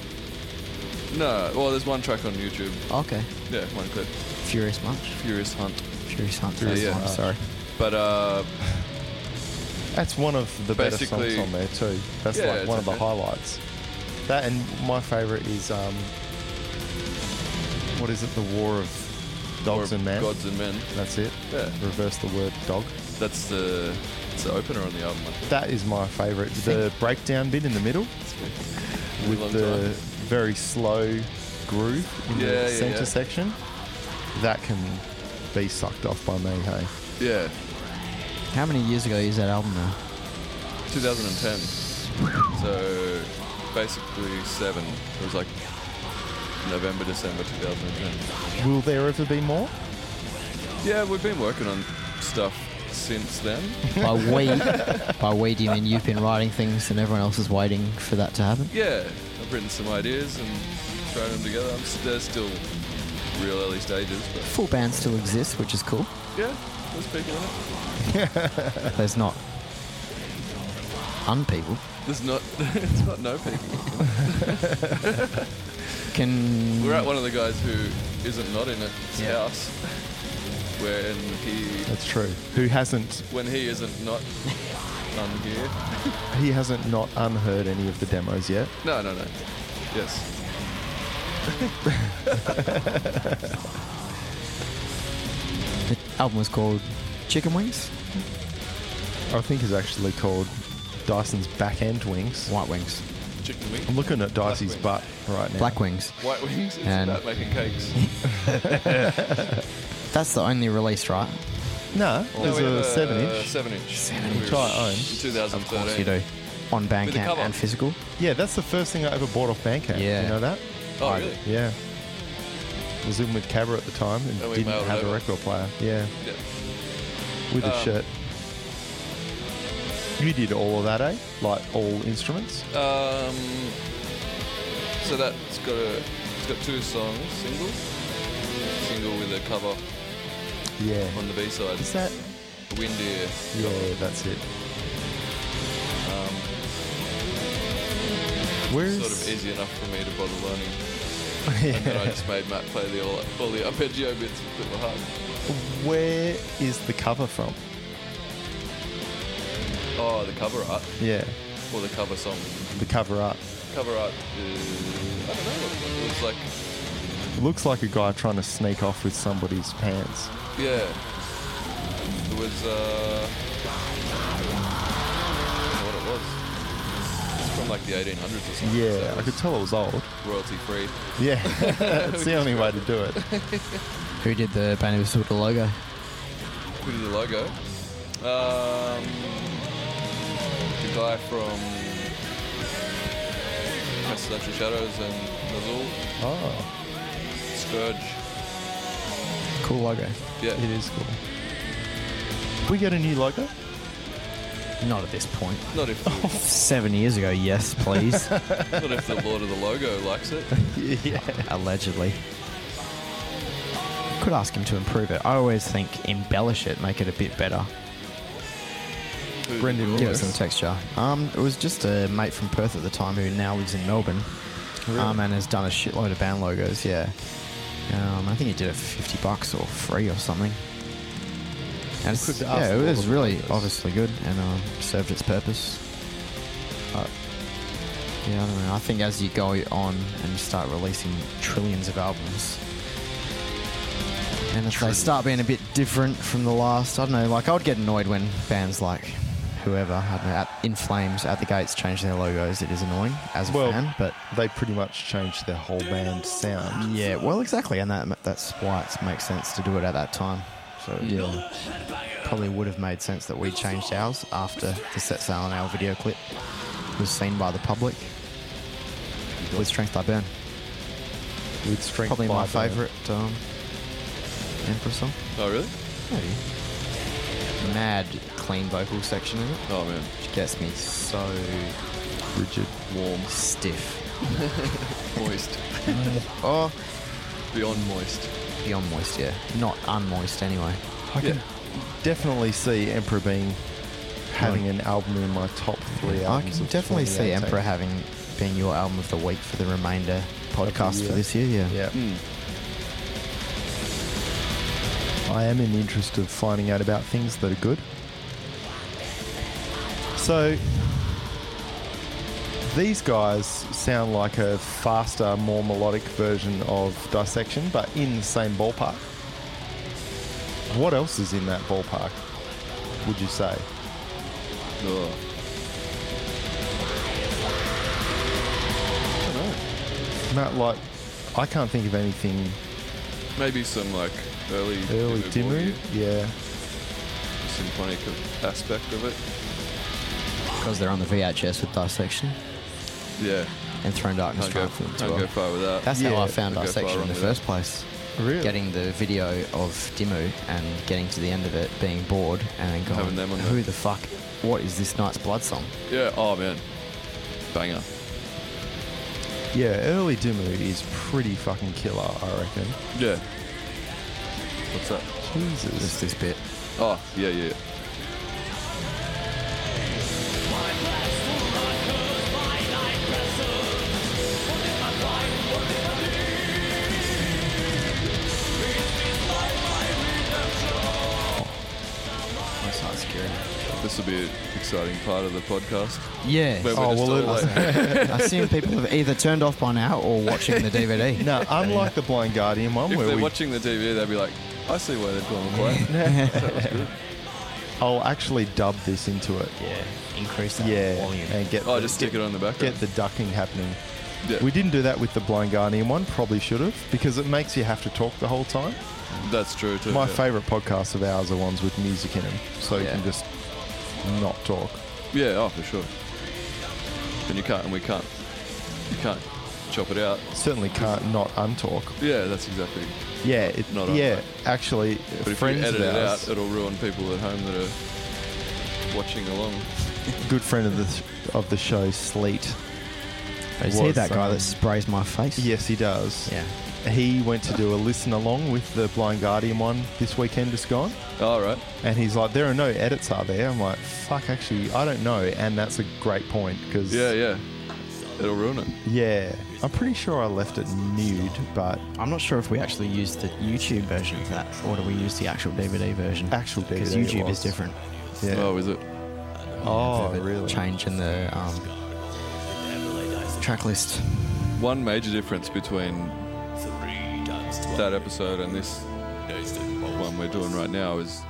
Speaker 2: No, well, there's one track on YouTube.
Speaker 1: Okay.
Speaker 2: Yeah, one clip.
Speaker 1: Furious March.
Speaker 2: Furious Hunt.
Speaker 1: Furious Hunt.
Speaker 2: Furious
Speaker 1: that's the one, Sorry.
Speaker 2: Hunt. But uh,
Speaker 3: That's one of the better songs
Speaker 2: Basically-
Speaker 3: on there too. That's
Speaker 2: Yeah,
Speaker 3: like
Speaker 2: it's
Speaker 3: one of the
Speaker 2: okay.
Speaker 3: highlights. That and my favourite is um, what is it? The War of Dogs
Speaker 2: or
Speaker 3: and Men.
Speaker 2: Gods and Men.
Speaker 3: That's it.
Speaker 2: Yeah.
Speaker 3: Reverse the word dog.
Speaker 2: That's the it's the opener on the album. I think.
Speaker 3: That is my favourite. The breakdown bit in the middle
Speaker 2: It's been a
Speaker 3: with
Speaker 2: long
Speaker 3: the
Speaker 2: time.
Speaker 3: very slow groove in
Speaker 2: Yeah, yeah,
Speaker 3: the centre
Speaker 2: yeah.
Speaker 3: section. That can be sucked off by me, hey.
Speaker 2: Yeah,
Speaker 1: How many years ago is that album now?
Speaker 2: 2010. So basically seven. It was like November, December 2010.
Speaker 3: Will there ever be more?
Speaker 2: Yeah, we've been working on stuff since then.
Speaker 1: by we, by we, do you mean you've been writing things and everyone else is waiting for that to happen?
Speaker 2: Yeah, I've written some ideas and thrown them together. I'm, s- they're still real early stages, but
Speaker 1: Full band still exists, which is cool.
Speaker 2: yeah, we're speaking on it.
Speaker 1: There's not unpeople.
Speaker 2: There's not, it's not no people.
Speaker 1: Can
Speaker 2: We're at one of the guys who isn't not in its
Speaker 1: Yeah.
Speaker 2: house when he
Speaker 3: That's true. Who hasn't
Speaker 2: when he isn't not on here.
Speaker 3: He hasn't not unheard any of the demos yet.
Speaker 2: No, no, no. Yes.
Speaker 1: the album was called Chicken Wings,
Speaker 3: I think is actually called Dyson's back end wings.
Speaker 1: White Wings,
Speaker 2: Chicken wings.
Speaker 3: I'm looking at Dicey's
Speaker 2: wings.
Speaker 3: butt right now.
Speaker 1: Black Wings.
Speaker 2: White wings. It's
Speaker 1: And-
Speaker 2: about making cakes.
Speaker 1: That's the only release, right?
Speaker 3: No, there's
Speaker 2: we have
Speaker 3: a seven inch.
Speaker 2: Seven inch.
Speaker 1: Seven
Speaker 2: We
Speaker 1: inch.
Speaker 2: were
Speaker 3: I own.
Speaker 2: in
Speaker 1: Of course
Speaker 2: 2013.
Speaker 1: you do. On
Speaker 2: With the
Speaker 1: Bandcamp
Speaker 2: cover.
Speaker 1: and physical.
Speaker 3: Yeah, that's the first thing I ever bought off Bandcamp.
Speaker 1: Yeah.
Speaker 3: You know that?
Speaker 2: Oh, really?
Speaker 3: Yeah. Was in with Cabra at the time and,
Speaker 2: And we mailed
Speaker 3: didn't
Speaker 2: it
Speaker 3: have a
Speaker 2: over.
Speaker 3: record player. Yeah,
Speaker 2: Yeah.
Speaker 3: with a
Speaker 2: Um,
Speaker 3: shirt. You did all of that, eh? Like all instruments?
Speaker 2: Um, so that's got a, it's got two songs, singles. Single with a cover
Speaker 3: Yeah.
Speaker 2: on the B side.
Speaker 3: Is that?
Speaker 2: Windier.
Speaker 3: Yeah, that's it. Um, Where's
Speaker 2: Sort of easy enough for me to bother learning. And then I
Speaker 3: Yeah.
Speaker 2: just made Matt play the all, all the arpeggio bits that were hard.
Speaker 3: Where is the cover from?
Speaker 2: Oh, the cover art.
Speaker 3: Yeah,
Speaker 2: Or the cover song.
Speaker 3: the cover art.
Speaker 2: Cover art is. I don't know what it was. It was like.
Speaker 3: Looks like a guy trying to sneak off with somebody's pants.
Speaker 2: Yeah. It was. Uh, I don't know what it was. It's from like the 1800s or something.
Speaker 3: Yeah,
Speaker 2: so
Speaker 3: I could tell it was old.
Speaker 2: Royalty free.
Speaker 3: Yeah, that's the only way to do it.
Speaker 1: Who did the Band of Silver logo?
Speaker 2: Who did the logo? Um, the guy from. Presidential Shadows and Nazul.
Speaker 3: Oh,
Speaker 2: Scourge.
Speaker 1: Cool logo.
Speaker 2: Yeah.
Speaker 3: it is cool. We get a new logo.
Speaker 1: Not at this point.
Speaker 2: Not if, the,
Speaker 1: Seven years ago, yes, please.
Speaker 2: not if the Lord of the Logo likes it.
Speaker 3: Yeah,
Speaker 1: Allegedly. Could ask him to improve it. I always think embellish it, make it a bit better.
Speaker 2: Who did
Speaker 3: Brendan
Speaker 2: the
Speaker 1: Give it
Speaker 2: logo?
Speaker 1: some texture. Um, it was just a mate from Perth at the time who now lives in Melbourne.
Speaker 3: Oh,
Speaker 1: Um, and has done a shitload of band logos. Yeah. Um, I think he did it for fifty bucks or free or something. And it's,
Speaker 3: Good to ask
Speaker 1: yeah, it
Speaker 3: all
Speaker 1: was
Speaker 3: of the
Speaker 1: really
Speaker 3: logos.
Speaker 1: obviously good and um, served its purpose. Uh, Yeah, I don't know. I think as you go on and you start releasing trillions of albums, and if they start being a bit different from the last, I don't know. Like I would get annoyed when bands like whoever, I don't know, at, In Flames, At the Gates change their logos. It is annoying as a
Speaker 3: Well-
Speaker 1: fan, but
Speaker 3: They pretty much changed their whole band sound.
Speaker 1: yeah, well, exactly, and that that's why it makes sense to do it at that time. So
Speaker 2: Yeah.
Speaker 1: probably would have made sense that we changed ours after the set sail and our video clip was seen by the public. With Strength I Burn.
Speaker 3: With strength
Speaker 1: Probably
Speaker 3: by
Speaker 1: my
Speaker 3: Burn.
Speaker 1: favourite um, Emperor song.
Speaker 2: Oh really?
Speaker 1: Mad clean vocal section in it,
Speaker 2: Oh man,
Speaker 1: which gets me so
Speaker 3: Rigid.
Speaker 2: warm,
Speaker 1: stiff.
Speaker 2: moist,
Speaker 1: Oh,
Speaker 2: beyond moist.
Speaker 1: beyond moist, yeah. Not unmoist anyway.
Speaker 3: I
Speaker 2: Yeah.
Speaker 3: can definitely see Emperor being having
Speaker 1: Like-
Speaker 3: an album in my top three
Speaker 1: I
Speaker 3: albums.
Speaker 1: can
Speaker 3: of
Speaker 1: definitely see
Speaker 3: 2018.
Speaker 1: Emperor having being your album of the week for the remainder podcast for
Speaker 3: year.
Speaker 1: this year, yeah.
Speaker 3: Yeah.
Speaker 2: Mm.
Speaker 3: I am in the interest of finding out about things that are good. So, these guys sound like a faster, more melodic version of Dissection, but in the same ballpark. What else is in that ballpark, would you say?
Speaker 2: Ugh. I don't know.
Speaker 3: Matt, like, I can't think of anything
Speaker 2: Maybe some like early
Speaker 3: early
Speaker 2: Dimmu
Speaker 3: Dimmu.
Speaker 2: Borgir
Speaker 3: Yeah.
Speaker 2: symphonic aspect of it.
Speaker 1: Because they're on the VHS with dissection.
Speaker 2: Yeah,
Speaker 1: and Throne Darkness
Speaker 2: can't go,
Speaker 1: Triumphant as
Speaker 2: can't go
Speaker 1: well.
Speaker 2: far with that.
Speaker 1: That's how
Speaker 3: Yeah,
Speaker 1: I found
Speaker 2: can't
Speaker 1: our
Speaker 2: go far
Speaker 1: section in
Speaker 2: wrong
Speaker 1: the
Speaker 2: with
Speaker 1: first place.
Speaker 3: Really?
Speaker 1: Getting the video of Dimmu and getting to the end of it, being bored, and then going,
Speaker 2: Having them on
Speaker 1: who
Speaker 2: the-
Speaker 1: the fuck, what is this night's blood song?
Speaker 2: yeah. Oh man, banger.
Speaker 3: Yeah, early Dimmu is pretty fucking killer, I reckon.
Speaker 2: Yeah. What's that?
Speaker 3: Jesus.
Speaker 1: Just this bit.
Speaker 2: Oh yeah, yeah.
Speaker 1: That's not scary.
Speaker 2: This will be an exciting part of the podcast.
Speaker 1: Yeah.
Speaker 2: Where we're
Speaker 3: Oh,
Speaker 2: just
Speaker 3: well,
Speaker 2: all
Speaker 3: it-
Speaker 2: like,
Speaker 1: I assume people have either turned off by now or watching the DVD.
Speaker 3: No, unlike the Blind Guardian one,
Speaker 2: if
Speaker 3: where
Speaker 2: they're
Speaker 3: we,
Speaker 2: watching the TV, they'd be like, "I see why they're calling it quiet."
Speaker 3: I'll actually dub this into it.
Speaker 1: Yeah. Increase that
Speaker 3: Yeah,
Speaker 1: volume.
Speaker 3: and get
Speaker 2: Oh,
Speaker 3: the-
Speaker 2: just stick it on the
Speaker 3: get
Speaker 2: background.
Speaker 3: the ducking happening.
Speaker 2: yeah,
Speaker 3: We didn't do that with the Blind Guardian one. Probably should have because it makes you have to talk the whole time.
Speaker 2: that's true too.
Speaker 3: My
Speaker 2: yeah.
Speaker 3: favourite podcasts of ours are ones with music in them, so you
Speaker 1: Yeah.
Speaker 3: can just not talk.
Speaker 2: Yeah, oh for sure. And you can't, and we can't, you can't chop it out.
Speaker 3: Certainly can't not untalk.
Speaker 2: Yeah, that's exactly.
Speaker 3: Yeah, it,
Speaker 2: Not on-
Speaker 3: yeah. Actually,
Speaker 2: But if you
Speaker 3: friends
Speaker 2: edit
Speaker 3: of
Speaker 2: it
Speaker 3: ours,
Speaker 2: out, it'll ruin people at home that are watching along.
Speaker 3: good friend of the of the show, Sleet.
Speaker 1: you see
Speaker 3: was,
Speaker 1: that guy
Speaker 3: um,
Speaker 1: that sprays my face?
Speaker 3: Yes, he does.
Speaker 1: Yeah.
Speaker 3: He went to do a listen along with the Blind Guardian one this weekend, just gone.
Speaker 2: All right.
Speaker 3: And he's like, there are no edits, are there? I'm like, fuck, actually, I don't know. And that's a great point because,
Speaker 2: Yeah, yeah. It'll ruin it.
Speaker 3: yeah, I'm pretty sure I left it nude, but
Speaker 1: I'm not sure if we actually used the YouTube version of that, or do we use the actual DVD version?
Speaker 3: Actual
Speaker 1: Because
Speaker 3: DVD it
Speaker 1: YouTube
Speaker 3: was.
Speaker 1: is different.
Speaker 3: yeah.
Speaker 2: Oh, is it?
Speaker 3: Oh,
Speaker 1: bit of a
Speaker 3: really?
Speaker 1: Change in the um, track list.
Speaker 2: One major difference between
Speaker 4: Three times
Speaker 2: that episode and this one we're doing right now is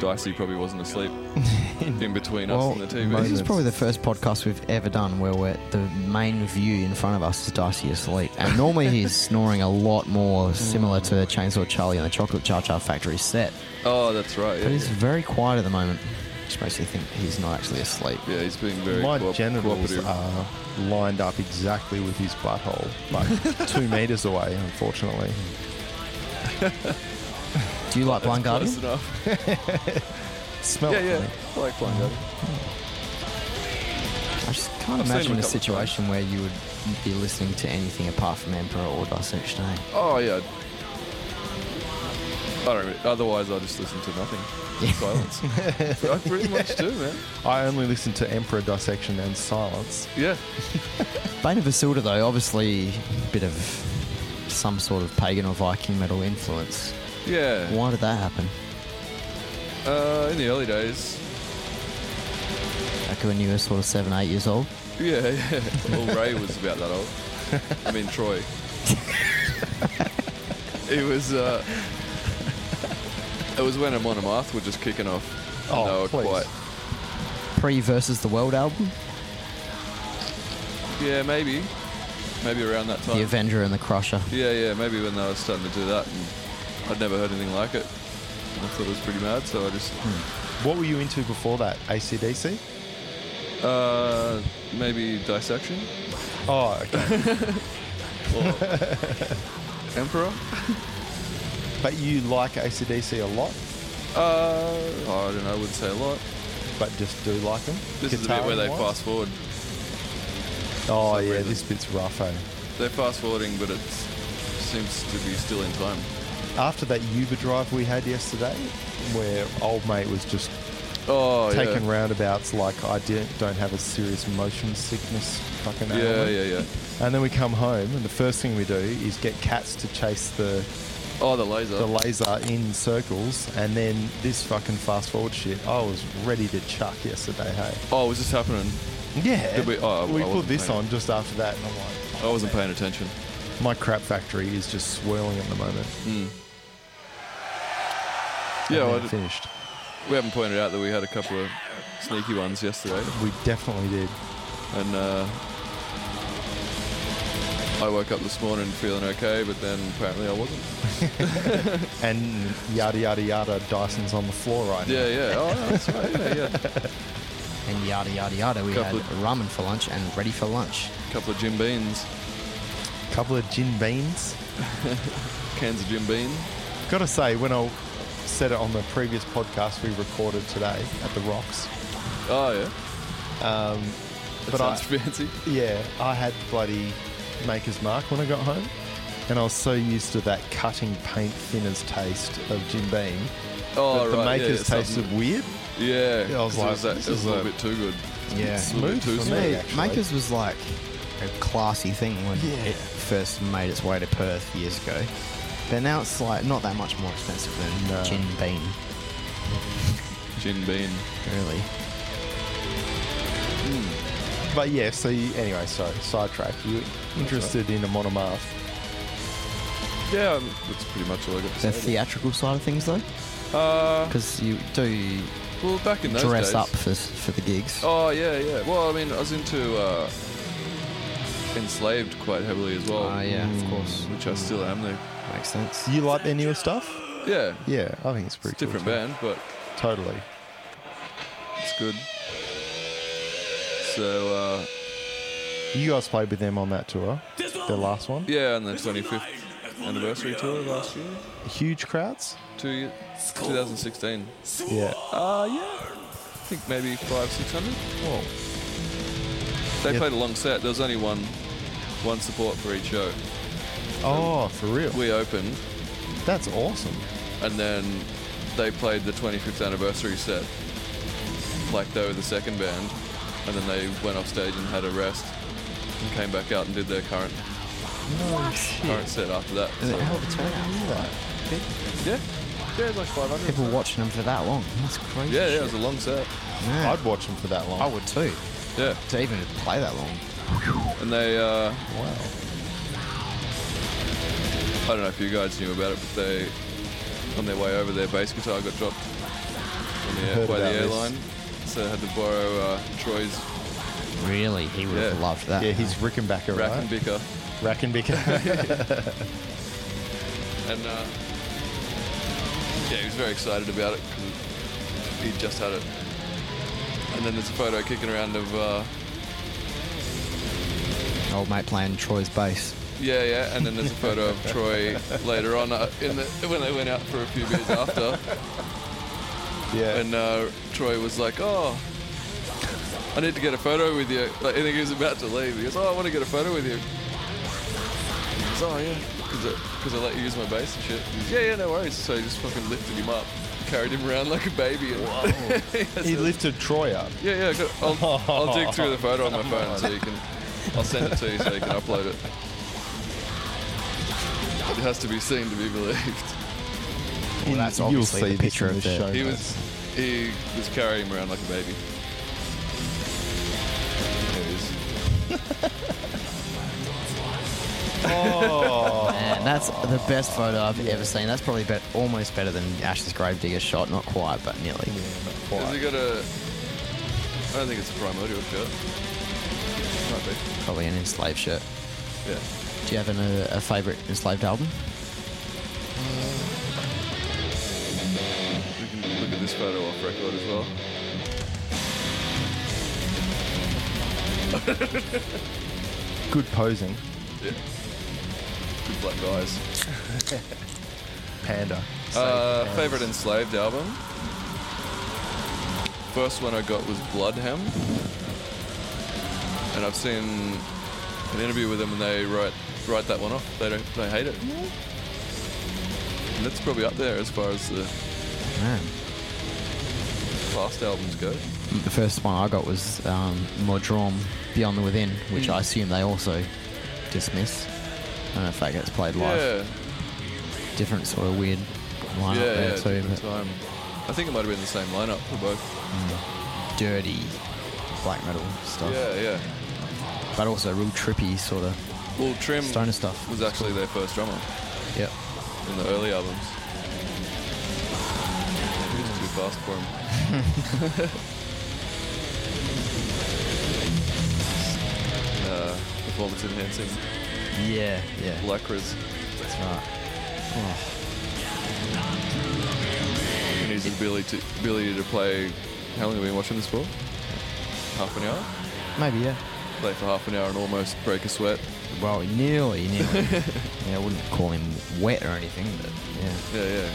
Speaker 2: Dicey probably wasn't asleep in between us
Speaker 1: Well,
Speaker 2: and the
Speaker 1: this
Speaker 2: TV.
Speaker 1: is probably the first podcast we've ever done where we're, the main view in front of us is Dicey asleep, and normally he's snoring a lot
Speaker 2: Mm.
Speaker 1: more, similar to Chainsaw Charlie and the Chocolate Char Char Factory set.
Speaker 2: Oh, that's right. Yeah,
Speaker 1: But he's
Speaker 2: yeah.
Speaker 1: very quiet at the moment, which makes you think he's not actually asleep.
Speaker 2: Yeah, he's being very
Speaker 3: My
Speaker 2: co-
Speaker 3: genitals
Speaker 1: uh,
Speaker 2: cooperative.
Speaker 3: are lined up exactly with his butthole, like two meters away, unfortunately.
Speaker 1: Do you like Blind
Speaker 2: Close
Speaker 1: Guardian?
Speaker 2: enough.
Speaker 3: Smell
Speaker 2: Yeah,
Speaker 3: it
Speaker 2: yeah. I like Blind Guardian.
Speaker 1: I just can't
Speaker 2: I've
Speaker 1: imagine
Speaker 2: seen him
Speaker 1: a
Speaker 2: a couple of times.
Speaker 1: situation where you would be listening to anything apart from Emperor or Dissection. eh?
Speaker 2: Oh, yeah. I don't really, otherwise I just listen to nothing. Silence. I pretty much do, man.
Speaker 3: for me. I only listen to Emperor Dissection and Silence.
Speaker 2: Yeah.
Speaker 1: Bane of Isildur, though, obviously a bit of some sort of pagan or Viking metal influence.
Speaker 2: Yeah.
Speaker 1: Why did that happen?
Speaker 2: Uh, in the early days,
Speaker 1: Like when you were sort of seven, eight years old.
Speaker 2: Yeah, yeah. Well, Ray was about that old. I mean, Troy. it was. Uh, it was when Amon and Marth were just kicking off. and
Speaker 3: Oh,
Speaker 2: they were
Speaker 3: please.
Speaker 2: quite.
Speaker 1: Pre versus the World album,
Speaker 2: Yeah, maybe. Maybe around that time.
Speaker 1: the Avenger and the Crusher.
Speaker 2: Yeah, yeah. Maybe when they were starting to do that, and I'd never heard anything like it. And I thought it was pretty mad, so I just
Speaker 3: What were you into before that? ACDC?
Speaker 2: uh, maybe dissection
Speaker 3: Oh, okay.
Speaker 2: or emperor.
Speaker 3: but you like ACDC a lot,
Speaker 2: Uh, I don't know. I wouldn't say a lot.
Speaker 3: but just do like them?
Speaker 2: This is the bit where they fast forward.
Speaker 3: Oh,
Speaker 2: some
Speaker 3: yeah,
Speaker 2: reason.
Speaker 3: this bit's rough, eh?
Speaker 2: They're fast forwarding, but it seems to be still in time.
Speaker 3: After that Uber drive we had yesterday, where old mate was just
Speaker 2: Oh,
Speaker 3: taking
Speaker 2: yeah.
Speaker 3: roundabouts like I didn't, don't have a serious motion sickness fucking
Speaker 2: yeah,
Speaker 3: ailment.
Speaker 2: yeah, yeah.
Speaker 3: And then we come home, and the first thing we do is get cats to chase the,
Speaker 2: Oh, the laser.
Speaker 3: the laser in circles, and then this fucking fast forward shit. I was ready to chuck yesterday, hey?
Speaker 2: oh, was this happening?
Speaker 3: Yeah.
Speaker 2: Did we- oh, I-
Speaker 3: we
Speaker 2: I
Speaker 3: put
Speaker 2: wasn't
Speaker 3: this
Speaker 2: paying-
Speaker 3: on just after that, and I'm like,
Speaker 2: I wasn't paying attention.
Speaker 3: my crap factory is just swirling at the moment.
Speaker 2: Mm.
Speaker 3: And
Speaker 2: Yeah,
Speaker 3: then
Speaker 2: I
Speaker 3: it
Speaker 2: did-
Speaker 3: finished.
Speaker 2: we haven't pointed out that we had a couple of sneaky ones yesterday,
Speaker 3: We definitely did.
Speaker 2: and uh, I woke up this morning feeling okay, but then apparently I wasn't.
Speaker 3: And yada yada yada, Dyson's on the floor right now.
Speaker 2: Yeah, yeah. Oh, no, that's right. Yeah, yeah.
Speaker 1: And yada, yada, yada. We
Speaker 2: Couple
Speaker 1: had ramen for lunch and ready for lunch.
Speaker 2: A couple of Jim Beans,
Speaker 3: Couple of gin beans.
Speaker 2: cans of Jim Bean.
Speaker 3: Gotta say, when I said it on the previous podcast we recorded today at the Rocks,
Speaker 2: Oh, yeah. That
Speaker 3: Um, but I-
Speaker 2: sounds fancy.
Speaker 3: yeah, I had bloody Maker's Mark when I got home, and I was so used to that cutting paint thinner's taste of gin bean.
Speaker 2: Oh,
Speaker 3: that the
Speaker 2: right. yeah,
Speaker 3: Maker's
Speaker 2: yeah,
Speaker 3: tasted
Speaker 2: something-
Speaker 3: weird.
Speaker 2: Yeah,
Speaker 3: Yeah, I
Speaker 2: 'cause
Speaker 3: was
Speaker 2: it
Speaker 3: like,
Speaker 2: was, that,
Speaker 3: this
Speaker 2: it was
Speaker 3: is
Speaker 2: a little
Speaker 3: a-
Speaker 2: bit too good.
Speaker 1: Yeah.
Speaker 2: It's a little bit
Speaker 3: Smooth
Speaker 2: too
Speaker 3: for
Speaker 2: smooth.
Speaker 3: me.
Speaker 1: Mate,
Speaker 3: actually.
Speaker 1: Makers was like a classy thing when
Speaker 3: Yeah.
Speaker 1: it first made its way to Perth years ago. But now it's like not that much more expensive than uh,
Speaker 3: No.
Speaker 1: Gin Bean,
Speaker 2: Gin Bean.
Speaker 1: really.
Speaker 3: But yeah, so you, anyway, sorry, sidetrack. You interested in a monomath?
Speaker 2: Yeah, um, that's pretty much all I got to
Speaker 1: The
Speaker 2: say.
Speaker 1: theatrical side of things, though,
Speaker 2: Uh,
Speaker 1: because you do
Speaker 2: well, back in those
Speaker 1: dress
Speaker 2: days.
Speaker 1: up for for the gigs.
Speaker 2: Oh yeah, yeah. Well, I mean, I was into uh, enslaved quite heavily as well.
Speaker 1: Ah, yeah, of course,
Speaker 2: Which I still am though.
Speaker 1: makes sense.
Speaker 3: Do you like their newer stuff?
Speaker 2: Yeah,
Speaker 3: Yeah, I think
Speaker 2: it's
Speaker 3: it's
Speaker 2: a
Speaker 3: pretty cool
Speaker 2: different
Speaker 3: too.
Speaker 2: band, but
Speaker 3: Totally.
Speaker 2: it's good. So uh,
Speaker 3: You guys played with them on that tour,
Speaker 4: This one.
Speaker 3: the last one.
Speaker 2: yeah, on the 25th anniversary tour last year,
Speaker 3: Huge crowds.
Speaker 2: two year, 2016.
Speaker 3: Yeah.
Speaker 2: Uh, yeah, I think maybe five, six hundred.
Speaker 3: Whoa.
Speaker 2: They
Speaker 3: Yeah.
Speaker 2: played a long set. There was only one, one support for each show.
Speaker 3: Oh, for real?
Speaker 2: We opened,
Speaker 3: That's awesome.
Speaker 2: and then they played the 25th anniversary set like they were the second band and then they went off stage and had a rest and came back out and did their current Mm. current set after that
Speaker 1: Is it
Speaker 2: So,
Speaker 1: hell of a turnout?
Speaker 2: yeah yeah it was like 500
Speaker 1: People watching them for that long. That's crazy.
Speaker 2: yeah yeah it was a long set
Speaker 1: Man,
Speaker 3: I'd watch them for that long.
Speaker 1: I would too.
Speaker 2: yeah
Speaker 1: To even play that long.
Speaker 2: and they uh,
Speaker 3: wow.
Speaker 2: I don't know if you guys knew about it but they on their way over their bass guitar got dropped on the air,
Speaker 3: Heard
Speaker 2: by the
Speaker 3: about this.
Speaker 2: airline so they had to borrow uh, Troy's
Speaker 1: Really, he would have
Speaker 2: Yeah.
Speaker 1: loved that.
Speaker 3: Yeah, he's Rickenbacker,
Speaker 2: rack and
Speaker 3: right?
Speaker 2: bicker
Speaker 3: Rackenbicker.
Speaker 2: And uh, yeah, he was very excited about it because he just had it. And then there's a photo kicking around of uh,
Speaker 1: Old mate playing Troy's bass.
Speaker 2: yeah, yeah. And then there's a photo of Troy later on uh, in the when they went out for a few beers after.
Speaker 3: yeah.
Speaker 2: And uh, Troy was like, "Oh, I need to get a photo with you." Like, I think he was about to leave. He goes, "Oh, I want to get a photo with you." He goes, "Oh yeah, because I, let you use my bass and shit." He goes, yeah, yeah, no worries. So he just fucking lifted him up, carried him around like a baby. And Yes,
Speaker 3: he
Speaker 2: it-
Speaker 3: lifted Troy up.
Speaker 2: Yeah, yeah. I got- I'll, I'll dig through the photo on my phone so you can. I'll send it to you so you can upload it. It has to be seen to be believed.
Speaker 1: Well, that's obviously the
Speaker 3: this
Speaker 1: picture
Speaker 3: in
Speaker 1: of the-
Speaker 3: show
Speaker 2: He was,
Speaker 3: notes.
Speaker 2: he was carrying him around like a baby.
Speaker 1: Man, that's the best photo I've ever seen. That's probably bet almost better than Ash's Gravedigger shot. Not quite, but nearly.
Speaker 2: Has he got a? I don't think it's a primordial shirt. Might be.
Speaker 1: Probably an enslaved shirt.
Speaker 2: Yeah.
Speaker 1: Do you have an, uh, a favourite enslaved album?
Speaker 2: We can look at this photo off record as well.
Speaker 3: Good posing.
Speaker 2: Yeah. Good black eyes.
Speaker 3: Panda.
Speaker 2: Uh, favorite enslaved album. First one I got was Bloodhem, and I've seen an interview with them, and they write write that one off. They don't they hate it. And that's probably up there as far as the
Speaker 1: Man.
Speaker 2: last albums go.
Speaker 1: Mm, The first one I got was um, Modrom Beyond the Within, which I assume they also dismiss. I don't know if that gets played live.
Speaker 2: Yeah,
Speaker 1: Different sort of weird lineup
Speaker 2: yeah,
Speaker 1: there
Speaker 2: yeah.
Speaker 1: too.
Speaker 2: different
Speaker 1: But
Speaker 2: time. I think it might have been the same lineup for both.
Speaker 1: dirty black metal stuff.
Speaker 2: Yeah, yeah.
Speaker 1: But also real trippy sort of
Speaker 2: Well, Trim
Speaker 1: stoner stuff.
Speaker 2: Mm. was actually their first drummer
Speaker 1: Yep.
Speaker 2: in the early albums. It was too fast for him. uh, performance enhancing
Speaker 1: Yeah, yeah.
Speaker 2: lacras.
Speaker 1: That's right. Oh,
Speaker 2: And his ability to, ability to play. How long have we been watching this for? Half an hour?
Speaker 1: maybe, yeah.
Speaker 2: Play for half an hour and almost break a sweat.
Speaker 1: Well, nearly, nearly. yeah, I wouldn't call him wet or anything, but yeah.
Speaker 2: Yeah, yeah.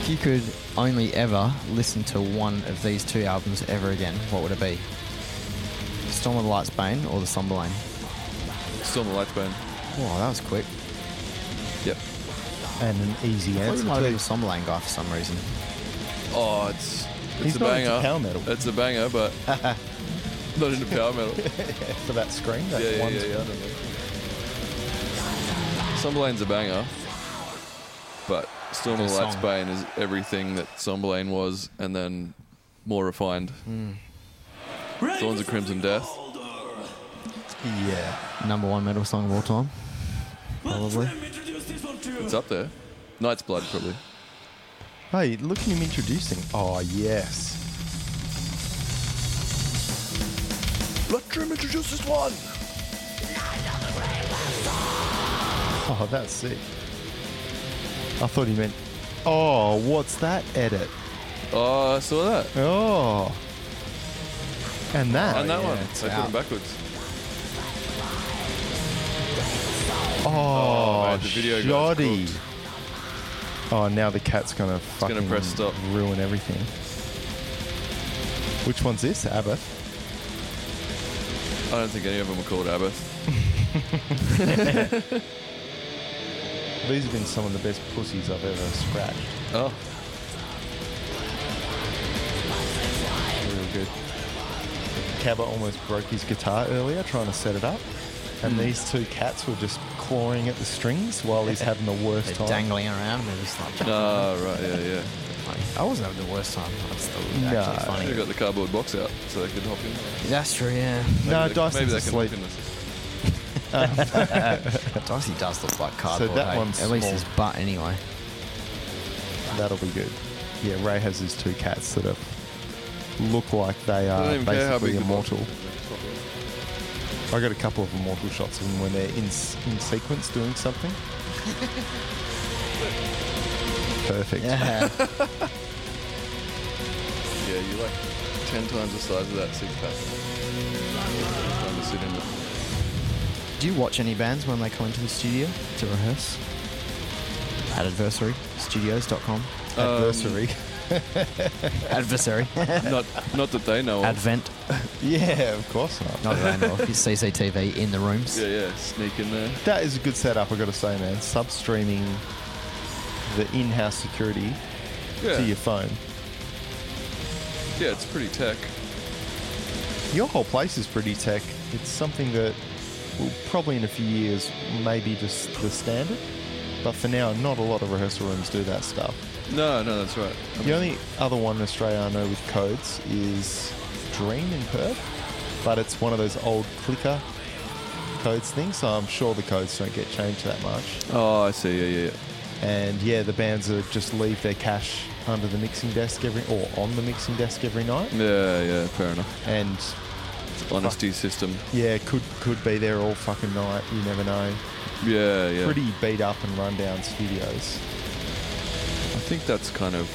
Speaker 1: If you could only ever listen to one of these two albums ever again, what would it be? Storm of the Light's Bane or The Slumber Lane?
Speaker 2: Still the lights burn.
Speaker 1: Wow, that was quick.
Speaker 2: Yep.
Speaker 3: And an easy
Speaker 1: I thought you
Speaker 3: answer.
Speaker 1: might have been a
Speaker 3: Too.
Speaker 1: Slumber Lane guy for some reason.
Speaker 2: Oh, it's it's
Speaker 3: He's
Speaker 2: a
Speaker 3: not
Speaker 2: banger.
Speaker 3: into power metal.
Speaker 2: It's a banger, but not into power metal. yeah,
Speaker 3: For that scream, that
Speaker 2: yeah, yeah,
Speaker 3: one.
Speaker 2: yeah. I don't know. Somberlane's a banger, but Storm of
Speaker 1: It's a
Speaker 2: Light's
Speaker 1: song.
Speaker 2: Bane is everything that Somberlane was, and then more refined.
Speaker 4: Ready
Speaker 2: Thorns
Speaker 4: for
Speaker 2: of Crimson
Speaker 4: something
Speaker 2: Death.
Speaker 4: colder.
Speaker 3: yeah.
Speaker 1: Number one metal song of all time.
Speaker 4: But
Speaker 1: Probably.
Speaker 4: Trim introduced this one to
Speaker 2: It's up there. Knight's Blood, probably.
Speaker 3: Hey, look at him introducing. Oh, yes.
Speaker 2: Let Trim introduce this one.
Speaker 3: Oh, that's sick. I thought he meant. Oh, what's that edit?
Speaker 2: Oh, I saw that.
Speaker 3: Oh. And that.
Speaker 2: and that
Speaker 3: Oh, yeah.
Speaker 2: one. They put
Speaker 1: out.
Speaker 2: them backwards.
Speaker 3: Oh,
Speaker 2: mate, the video guy's
Speaker 3: shoddy. Oh, now the cat's gonna fucking
Speaker 2: press stop.
Speaker 3: ruin everything. Which one's this, Abbott?
Speaker 2: I don't think any of them are called Abbott.
Speaker 3: These have been some of the best pussies I've ever scratched.
Speaker 2: Oh,
Speaker 3: Real good. Cabba almost broke his guitar earlier trying to set it up, and
Speaker 2: Hmm.
Speaker 3: these two cats were just clawing at the strings while he's having the worst
Speaker 1: They're
Speaker 3: time.
Speaker 1: dangling around and just like,
Speaker 2: ah, right, yeah, yeah.
Speaker 1: funny. I wasn't having the worst time. That's still actually
Speaker 3: No.
Speaker 2: Should
Speaker 1: funny.
Speaker 2: have got the cardboard box out so they could hop in.
Speaker 1: That's true, yeah.
Speaker 3: No,
Speaker 2: they-
Speaker 3: Dyson's
Speaker 2: they can look
Speaker 3: asleep.
Speaker 2: in this.
Speaker 1: Dicey does look like cardboard.
Speaker 3: that
Speaker 1: eh?
Speaker 3: one's
Speaker 1: At least
Speaker 3: small.
Speaker 1: his butt, anyway.
Speaker 3: That'll be good. Yeah, Ray has his two cats that have look like they
Speaker 2: I don't
Speaker 3: are
Speaker 2: even care how
Speaker 3: basically
Speaker 2: big the box
Speaker 3: immortal.
Speaker 2: Uh, is.
Speaker 3: I got a couple of immortal shots of them when they're in, s- in sequence doing something. Perfect.
Speaker 1: Yeah.
Speaker 2: Yeah, you're like 10 times the size of that six pack. Time to sit in it.
Speaker 1: Do you watch any bands when they come into the studio to rehearse? At adversarystudios.com.
Speaker 3: Adversary.
Speaker 2: Um,
Speaker 1: Adversary.
Speaker 2: Not, not that they know of.
Speaker 1: Advent.
Speaker 3: yeah, of course not.
Speaker 1: Not that I know of. It's CCTV in the rooms.
Speaker 2: Yeah, yeah, sneak in there.
Speaker 3: That is a good setup, i got to say, man. Sub streaming the in house security to your
Speaker 2: Yeah,
Speaker 3: phone.
Speaker 2: yeah it's pretty tech.
Speaker 3: Your whole place is pretty tech. It's something that will probably in a few years maybe just the standard. But for now, not a lot of rehearsal rooms do that stuff.
Speaker 2: No, no, that's right. I
Speaker 3: The only other one in Australia I know with codes is Dream in Perth, but it's one of those old clicker codes thing, so I'm sure the codes don't get changed that much.
Speaker 2: Oh, I see. Yeah, yeah, yeah.
Speaker 3: And yeah, the bands are just leave their cash under the mixing desk every or on the mixing desk every night.
Speaker 2: Yeah, yeah, fair enough.
Speaker 3: And
Speaker 2: Honesty system.
Speaker 3: yeah, could could be there all fucking night. You never know.
Speaker 2: Yeah, yeah.
Speaker 3: Pretty beat up and run down studios.
Speaker 2: I think that's kind of.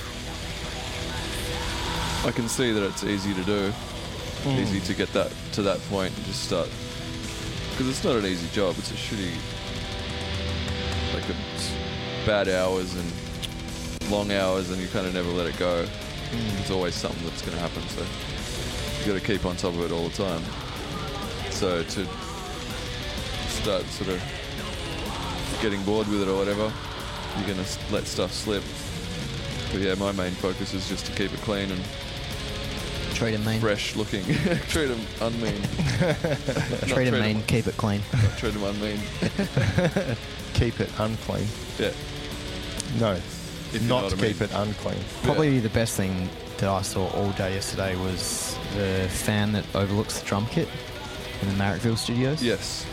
Speaker 2: I can see that it's easy to do. Easy to get that to that point and just start. Because it's not an easy job. It's a shitty, like, a, it's bad hours and long hours, and you kind of never let it go. There's always something that's going to happen. So you got to keep on top of it all the time. So to start sort of getting bored with it or whatever, you're gonna s- let stuff slip. But yeah, my main focus is just to keep it clean and
Speaker 1: Treat him mean.
Speaker 2: fresh looking. treat them unmean. Not
Speaker 1: Treat him
Speaker 2: 'em-
Speaker 1: mean. Keep it clean.
Speaker 2: not treat them unmean.
Speaker 3: Keep it unclean.
Speaker 2: Yeah.
Speaker 3: No,
Speaker 2: If you know
Speaker 3: not
Speaker 2: what I
Speaker 3: keep
Speaker 2: mean.
Speaker 3: it unclean.
Speaker 1: Probably the best thing that I saw all day yesterday was the fan that overlooks the drum kit in the Marrickville Studios.
Speaker 2: Yes.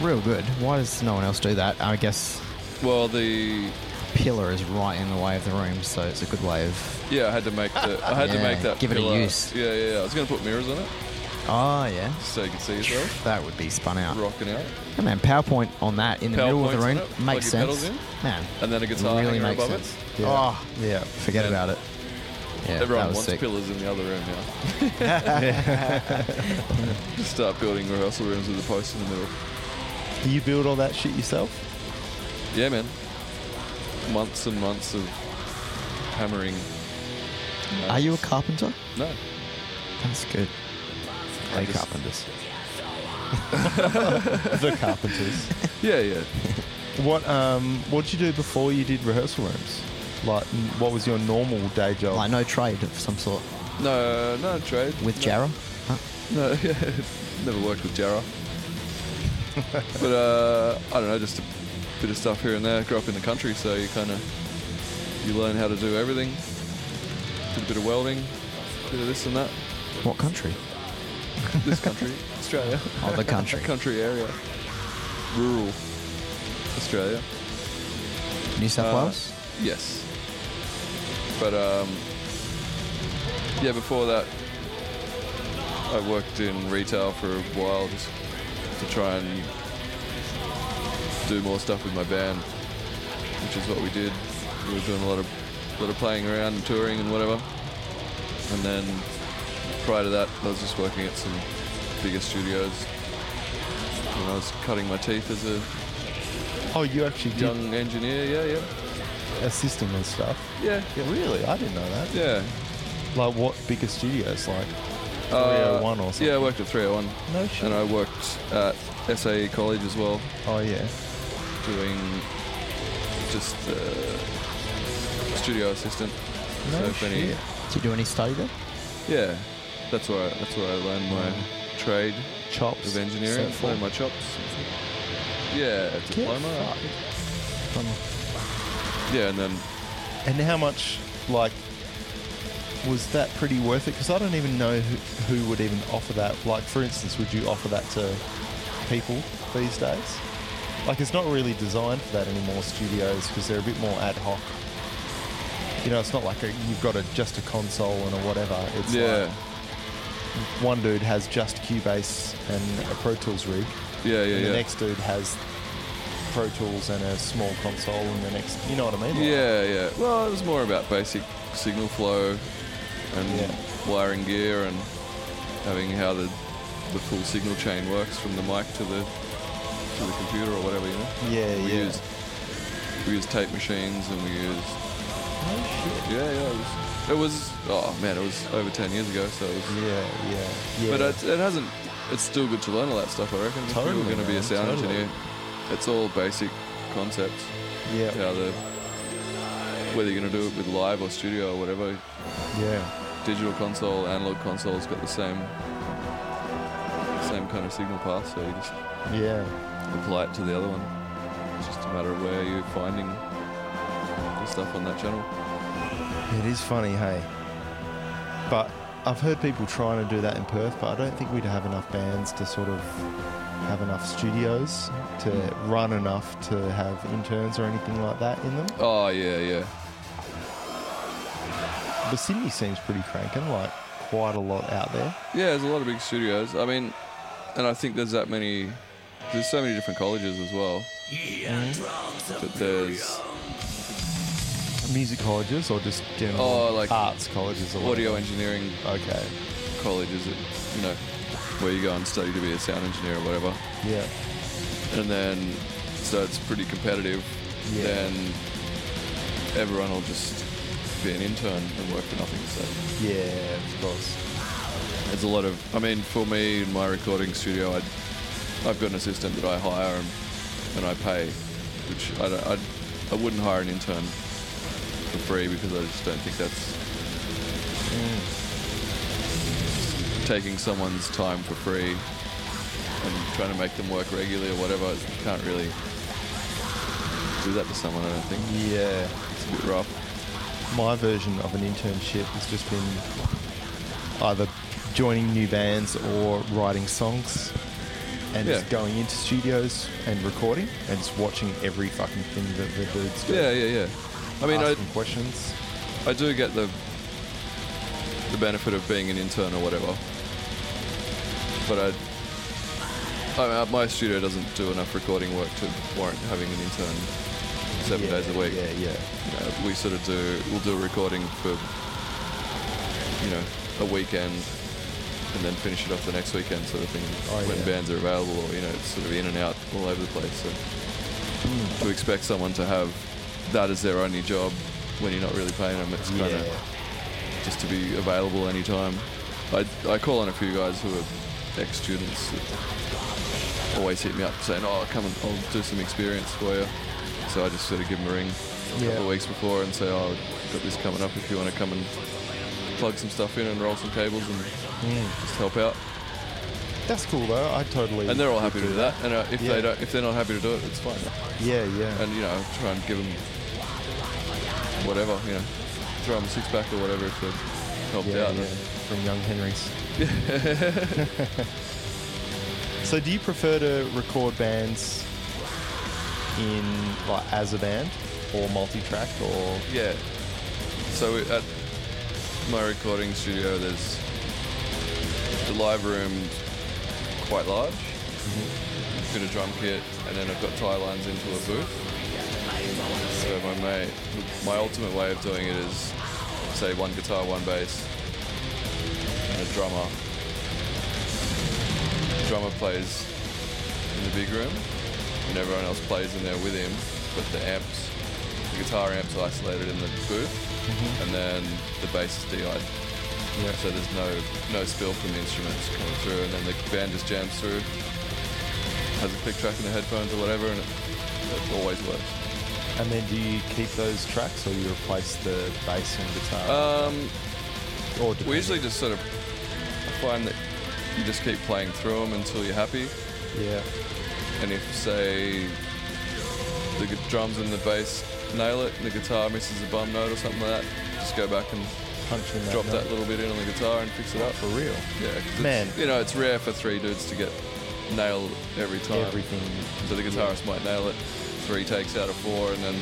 Speaker 1: Real good. Why does no one else do that? I guess
Speaker 2: Well, the
Speaker 1: pillar is right in the way of the room, so it's a good way of.
Speaker 2: yeah, I had to make the I had to
Speaker 1: Yeah,
Speaker 2: make that
Speaker 1: give it a
Speaker 2: pillar-
Speaker 1: use.
Speaker 2: Yeah, yeah, yeah. I was gonna put mirrors on it
Speaker 1: Oh, yeah.
Speaker 2: so you can see yourself
Speaker 1: That would be spun out.
Speaker 2: rocking out,
Speaker 1: Yeah, man, PowerPoint on that in the middle of the
Speaker 2: PowerPoint's
Speaker 1: room
Speaker 2: on it,
Speaker 1: makes
Speaker 2: plug your
Speaker 1: sense.
Speaker 2: pedals
Speaker 1: Man,
Speaker 2: and then a guitar
Speaker 1: really
Speaker 2: hanger
Speaker 1: makes
Speaker 2: above
Speaker 1: sense.
Speaker 2: it.
Speaker 3: Yeah.
Speaker 1: Oh,
Speaker 3: Yeah.
Speaker 1: forget
Speaker 2: Yeah.
Speaker 1: about it. Yeah,
Speaker 2: Everyone
Speaker 1: that was
Speaker 2: wants
Speaker 1: sick.
Speaker 2: pillars in the other room now. Just start building rehearsal rooms with a post in the middle.
Speaker 3: Do you build all that shit yourself?
Speaker 2: Yeah, man. Months and months of hammering. nails.
Speaker 1: Are you a carpenter?
Speaker 2: No.
Speaker 1: That's good. Hey,
Speaker 2: just-
Speaker 1: carpenters.
Speaker 3: the carpenters.
Speaker 2: Yeah, yeah.
Speaker 3: What um what did you do before you did rehearsal rooms? Like n- what was your normal day job?
Speaker 1: Like, no trade of some sort
Speaker 2: No, no trade.
Speaker 1: with
Speaker 2: no,
Speaker 1: Jarrah? Huh?
Speaker 2: No, never worked with Jarrah. but uh, I don't know, just a bit of stuff here and there. Grew up in the country, so you kind of you learn how to do everything. Did a bit of welding, bit of this and that.
Speaker 1: What country?
Speaker 2: This country, Australia.
Speaker 1: Oh, the country.
Speaker 2: country area, rural Australia.
Speaker 1: New South
Speaker 2: Uh,
Speaker 1: Wales?
Speaker 2: Yes. But um, yeah, before that, I worked in retail for a while just to try and do more stuff with my band, which is what we did. We were doing a lot of lot of playing around and touring and whatever. And then prior to that, I was just working at some bigger studios. And I was cutting my teeth as a
Speaker 3: oh, you actually did
Speaker 2: young engineer. Yeah,
Speaker 3: a system and stuff.
Speaker 2: yeah, yeah,
Speaker 3: Yeah, really, I didn't know that.
Speaker 2: yeah.
Speaker 3: Like what bigger studios? Like
Speaker 2: Uh,
Speaker 3: 301 or something.
Speaker 2: Yeah, I worked at 301.
Speaker 3: No shit.
Speaker 2: And I worked at SAE College as well,
Speaker 3: oh yeah.
Speaker 2: doing just uh, studio assistant.
Speaker 3: No
Speaker 2: So if any-
Speaker 3: shit.
Speaker 1: Did you do any study there?
Speaker 2: Yeah, that's where I, that's where I learned my trade
Speaker 3: Chops
Speaker 2: of engineering,
Speaker 3: set
Speaker 2: learned my
Speaker 3: form.
Speaker 2: chops. Yeah, a
Speaker 3: Get
Speaker 2: diploma.
Speaker 3: fucked.
Speaker 2: Yeah, and then
Speaker 3: And how much like was that pretty worth it? Because I don't even know who, who would even offer that. Like for instance, would you offer that to people these days? Like it's not really designed for that anymore. Studios because they're a bit more ad hoc. You know, it's not like a, you've got a, just a console and a whatever. It's
Speaker 2: yeah,
Speaker 3: like one dude has just Cubase and a Pro Tools rig,
Speaker 2: yeah, yeah,
Speaker 3: and
Speaker 2: yeah.
Speaker 3: the next dude has Pro Tools and a small console, and the next, you know what I mean? Like,
Speaker 2: Yeah, yeah. Well, it was more about basic signal flow and
Speaker 3: Yeah.
Speaker 2: wiring gear and having how the the full signal chain works from the mic to the to the computer or whatever. You know,
Speaker 3: yeah,
Speaker 2: we
Speaker 3: yeah.
Speaker 2: used we used tape machines and we used
Speaker 3: No shit.
Speaker 2: yeah, yeah. It was, it was oh man, it was over ten years ago, so it was.
Speaker 3: Yeah, yeah, yeah.
Speaker 2: But it, it hasn't. It's still good to learn all that stuff. I reckon. if
Speaker 3: Totally,
Speaker 2: you're going to be a
Speaker 3: man,
Speaker 2: sound
Speaker 3: totally.
Speaker 2: engineer, it's all basic concepts
Speaker 3: yeah,
Speaker 2: how the whether you're going to do it with live or studio or whatever
Speaker 3: yeah,
Speaker 2: digital console analog console's got the same same kind of signal path so you just
Speaker 3: yeah.
Speaker 2: apply it to the other one it's just a matter of where you're finding the stuff on that channel
Speaker 3: It is funny, hey. But I've heard people trying to do that in Perth, but I don't think we'd have enough bands to sort of have enough studios to run enough to have interns or anything like that in them.
Speaker 2: Oh yeah, yeah.
Speaker 3: But Sydney seems pretty cranking, like quite a lot out there.
Speaker 2: Yeah, there's a lot of big studios. I mean, and I think there's that many. There's so many different colleges as well. But there's
Speaker 3: Music colleges or just general
Speaker 2: Oh, like
Speaker 3: arts colleges or whatever.
Speaker 2: audio engineering
Speaker 3: Okay,
Speaker 2: colleges that you know where you go and study to be a sound engineer or whatever.
Speaker 3: yeah,
Speaker 2: And then so it's pretty competitive.
Speaker 3: Yeah.
Speaker 2: Then everyone will just be an intern and work for nothing. So.
Speaker 3: yeah, of course.
Speaker 2: There's a lot of. I mean, for me in my recording studio, I, I've got an assistant that I hire and, and I pay, which I don't, I, I wouldn't hire an intern for free because I just don't think that's
Speaker 3: Mm,
Speaker 2: taking someone's time for free and trying to make them work regularly or whatever. You can't really do that to someone. I don't think
Speaker 3: Yeah,
Speaker 2: it's a bit rough.
Speaker 3: my version of an internship has just been either joining new bands or writing songs and just
Speaker 2: Yeah.
Speaker 3: going into studios and recording and just watching every fucking thing that the dudes do.
Speaker 2: Yeah, yeah, yeah. I mean, I,
Speaker 3: asking questions.
Speaker 2: I do get the the benefit of being an intern or whatever, but I, I mean, my studio doesn't do enough recording work to warrant having an intern seven
Speaker 3: Yeah,
Speaker 2: days a week.
Speaker 3: Yeah, yeah.
Speaker 2: You know, we sort of do we'll do a recording for you know a weekend and then finish it off the next weekend sort of thing
Speaker 3: Oh,
Speaker 2: when
Speaker 3: yeah.
Speaker 2: bands are available or you know it's sort of in and out all over the place. So
Speaker 3: Hmm.
Speaker 2: to expect someone to have that as their only job when you're not really paying them, it's kind of
Speaker 3: Yeah.
Speaker 2: just to be available anytime. I, I call on a few guys who are ex students that always hit me up saying, Oh, come and I'll do some experience for you. So I just sort of give them a ring a
Speaker 3: Yeah.
Speaker 2: couple of weeks before and say, Oh, I've got this coming up if you want to come and plug some stuff in and roll some cables and just help out.
Speaker 3: That's cool though. I totally.
Speaker 2: And they're all happy to do that. And uh, if,
Speaker 3: Yeah.
Speaker 2: they don't, if they're not happy to do it, it's fine.
Speaker 3: Yeah, yeah.
Speaker 2: And, you know, try and give them whatever, you know, throw them a six pack or whatever if they've helped
Speaker 3: yeah,
Speaker 2: out.
Speaker 3: yeah. From Young Henry's. so, do you prefer to record bands in like as a band or multi-track or?
Speaker 2: Yeah. So at my recording studio, there's the live room quite large. Got a drum kit, and then I've got tie lines into a booth. So my mate, my ultimate way of doing it is, say, one guitar, one bass, and a drummer. drummer plays in the big room, and everyone else plays in there with him, but the amps, the guitar amps isolated in the booth, and then the bass is DI'd. So there's no no spill from the instruments coming through, and then the band just jams through, has a click track in the headphones or whatever, and it, it always works.
Speaker 3: And then do you keep those tracks or you replace the bass and guitar?
Speaker 2: Um,
Speaker 3: or
Speaker 2: we
Speaker 3: depending-
Speaker 2: usually just sort of find that you just keep playing through them until you're happy.
Speaker 3: yeah.
Speaker 2: And if, say, the gu- drums and the bass nail it, and the guitar misses a bum note or something like that, just go back and
Speaker 3: Punch in that
Speaker 2: drop that
Speaker 3: note.
Speaker 2: little bit in on the guitar and fix it up.
Speaker 3: for real.
Speaker 2: Yeah, 'cause it's-
Speaker 3: Man.
Speaker 2: You know, it's rare for three dudes to get nailed every time.
Speaker 3: Everything.
Speaker 2: So the guitarist might nail it three takes out of four, and then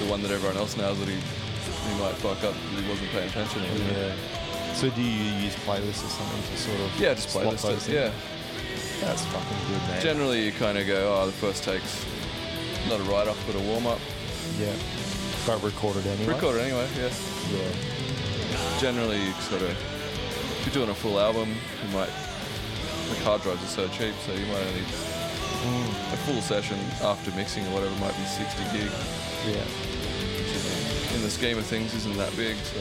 Speaker 2: the one that everyone else nails it, he, he might fuck up because he wasn't paying attention. you know?
Speaker 3: Yeah. So do you use playlists or something to sort of
Speaker 2: Yeah, just play
Speaker 3: swap
Speaker 2: this.
Speaker 3: those in?
Speaker 2: Yeah.
Speaker 3: That's fucking good, man.
Speaker 2: Generally, you kind of go, oh, the first take's not a write off, but a warm up.
Speaker 3: yeah. But recorded anyway.
Speaker 2: Record it anyway, yeah.
Speaker 3: Yeah.
Speaker 2: generally you sort of if you're doing a full album you might the hard drives are so cheap so you might only a full session after mixing or whatever might be 60 gig
Speaker 3: Yeah.
Speaker 2: which is, in the scheme of things isn't that big so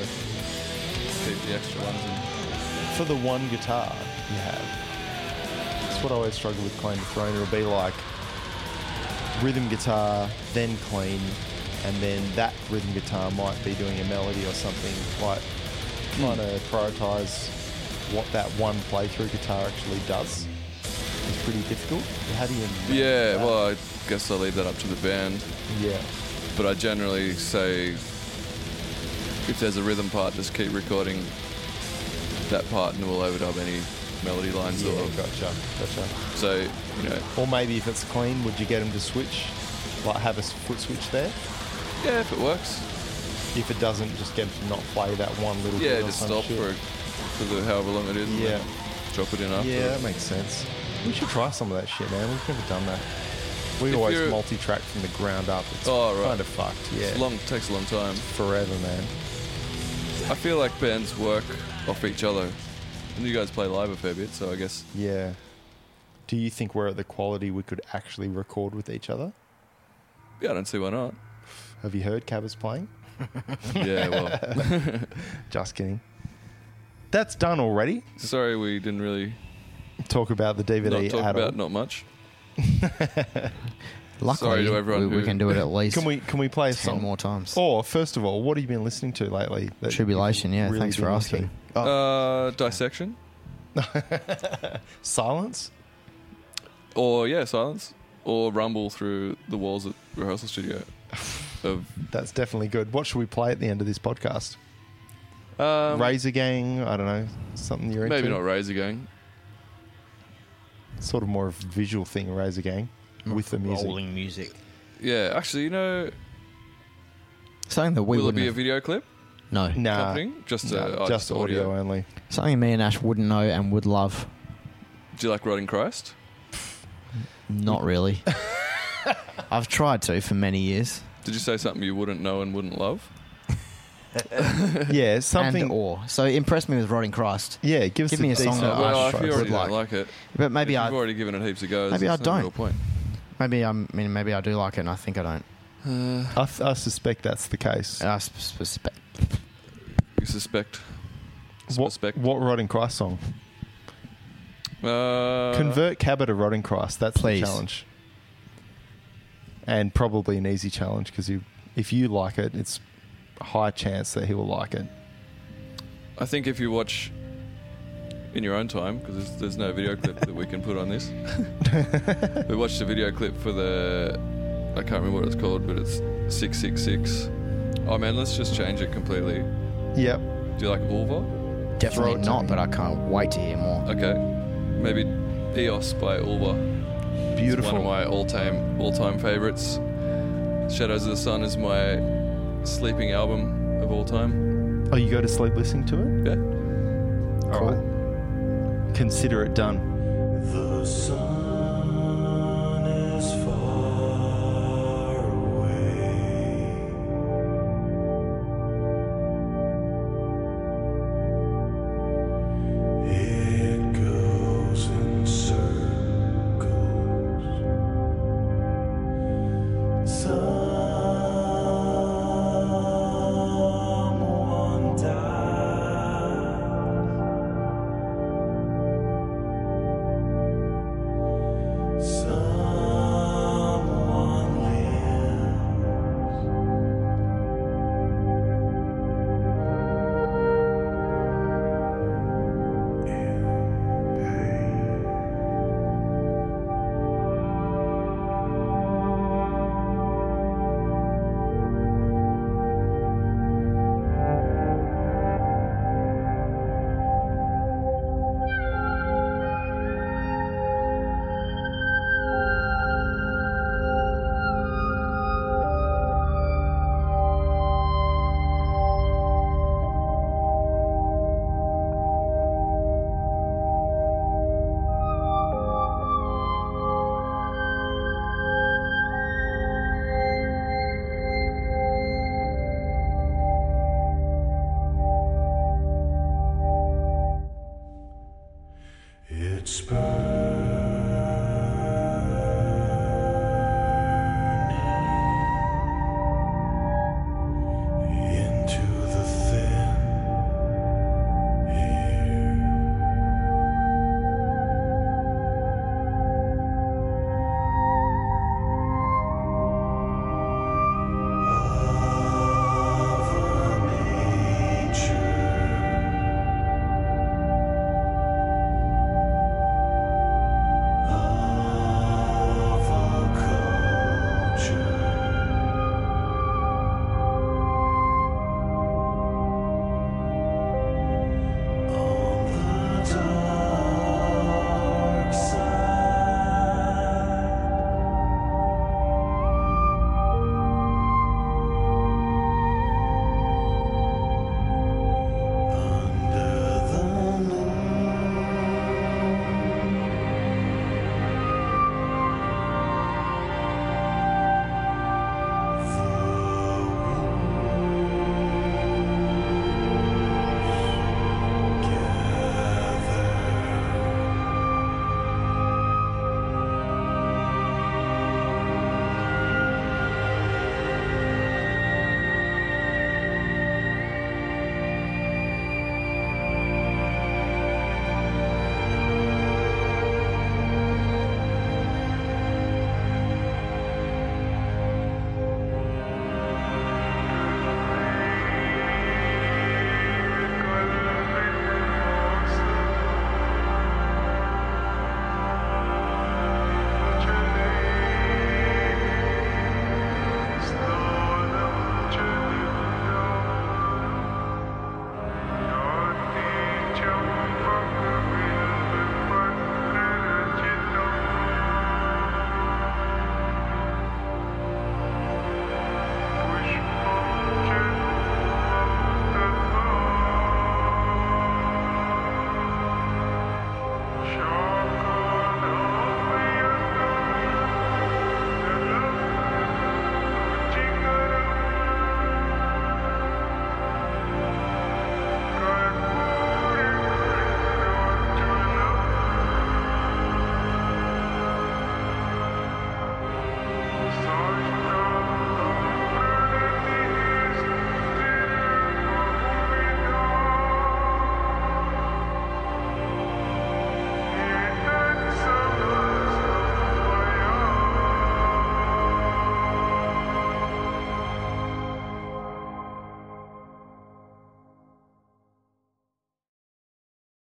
Speaker 2: keep the extra ones in.
Speaker 3: For the one guitar you have, that's what I always struggle with Claim to Throne. It'll be like rhythm guitar, then clean, and then that rhythm guitar might be doing a melody or something. Like trying to prioritize what that one playthrough guitar actually does is pretty difficult. How do you? manage
Speaker 2: yeah
Speaker 3: that?
Speaker 2: well I guess I'll leave that up to the band
Speaker 3: yeah,
Speaker 2: but I generally say if there's a rhythm part just keep recording that part and we'll overdub any melody lines
Speaker 3: Yeah,
Speaker 2: or
Speaker 3: gotcha, gotcha.
Speaker 2: so you know
Speaker 3: Or maybe if it's clean, would you get them to switch? Like have a s- foot switch there?
Speaker 2: yeah if it works
Speaker 3: If it doesn't, just get them to not play that one little
Speaker 2: yeah
Speaker 3: bit. or
Speaker 2: just
Speaker 3: some
Speaker 2: stop
Speaker 3: shit.
Speaker 2: for for the however long it is and
Speaker 3: Yeah.
Speaker 2: then drop it in after
Speaker 3: Yeah, that makes sense. We should try some of that shit, man. We've never done that. We
Speaker 2: If
Speaker 3: always
Speaker 2: you're-
Speaker 3: multi-track from the ground up. It's
Speaker 2: Oh, right.
Speaker 3: kind of fucked. Yeah,
Speaker 2: it's long takes a long time
Speaker 3: forever, man.
Speaker 2: I feel like bands work off each other and you guys play live a fair bit so I guess
Speaker 3: Yeah. Do you think we're at the quality we could actually record with each other?
Speaker 2: yeah I don't see why not
Speaker 3: Have you heard Cabba's playing?
Speaker 2: yeah well
Speaker 3: Just kidding. That's done already.
Speaker 2: sorry we didn't really
Speaker 3: Talk about the DVD
Speaker 2: not talk
Speaker 3: at all.
Speaker 2: about not much
Speaker 1: Luckily,
Speaker 2: Sorry to everyone
Speaker 1: we, we
Speaker 2: who-
Speaker 1: can do it at least
Speaker 3: Can we can we play a
Speaker 1: ten
Speaker 3: song?
Speaker 1: more times.
Speaker 3: Or first of all, what have you been listening to lately? that
Speaker 1: Tribulation, yeah.
Speaker 3: really
Speaker 1: thanks for
Speaker 3: been
Speaker 1: asking.
Speaker 3: into? Oh,
Speaker 2: uh, dissection
Speaker 3: silence.
Speaker 2: or yeah silence or rumble through the walls at rehearsal studio of
Speaker 3: That's definitely good. What should we play at the end of this podcast?
Speaker 2: um,
Speaker 3: Razor Gang. I don't know something you're
Speaker 2: maybe
Speaker 3: into.
Speaker 2: not Razor Gang
Speaker 3: Sort of more of a visual thing. Razor Gang with the music.
Speaker 1: music.
Speaker 2: yeah actually you know
Speaker 1: Something that we
Speaker 2: will it
Speaker 1: wouldn't
Speaker 2: be a
Speaker 1: have-
Speaker 2: video clip
Speaker 1: no.
Speaker 3: Nah,
Speaker 2: happening just,
Speaker 3: nah,
Speaker 2: uh, oh,
Speaker 3: just audio, only.
Speaker 1: Something me and Ash wouldn't know and would love.
Speaker 2: do you like Rotting Christ
Speaker 1: Not really. I've tried to for many years.
Speaker 2: did you say something you wouldn't know and wouldn't love
Speaker 3: Yeah, something.
Speaker 1: and or so impress me with Rotting Christ.
Speaker 3: yeah, give us
Speaker 1: Give me a song
Speaker 3: decent
Speaker 1: that Oh, I
Speaker 2: well
Speaker 1: Ash
Speaker 2: if
Speaker 3: outro.
Speaker 2: you
Speaker 1: would
Speaker 2: already
Speaker 1: like.
Speaker 2: don't like it
Speaker 1: But maybe
Speaker 2: if
Speaker 1: I
Speaker 2: you've already given it heaps of goes
Speaker 1: maybe I
Speaker 2: there's no real
Speaker 1: don't.
Speaker 2: point
Speaker 1: maybe I'm- I mean maybe I do like it and I think I don't.
Speaker 2: uh,
Speaker 3: I, th- I suspect that's the case.
Speaker 1: I sp- sp- sp-
Speaker 2: you suspect
Speaker 3: what,
Speaker 2: suspect
Speaker 3: what Rotting Christ song?
Speaker 2: uh,
Speaker 3: Convert Cabba to Rotting Christ. That's
Speaker 1: Please.
Speaker 3: the challenge. And probably an easy challenge because if you like it, it's a high chance that he will like it.
Speaker 2: I think if you watch in your own time, because there's, there's no video clip that we can put on this, we watched a video clip for the I can't remember what it's called, but it's six six six. Oh man, let's just change it completely. Do
Speaker 3: Yep.
Speaker 2: you like Ulva?
Speaker 1: definitely
Speaker 3: it to
Speaker 1: not.
Speaker 3: me.
Speaker 1: But I can't wait to hear more.
Speaker 2: Okay, maybe Eos by Ulva.
Speaker 3: Beautiful.
Speaker 2: One of my all-time all-time favorites. Shadows of the Sun is my sleeping album of all time.
Speaker 3: oh, you go to sleep listening to it?
Speaker 2: Yeah.
Speaker 3: All right. Consider it done.
Speaker 4: The sun is far away. It goes in circles. Someone died. Someone lives. It spurs.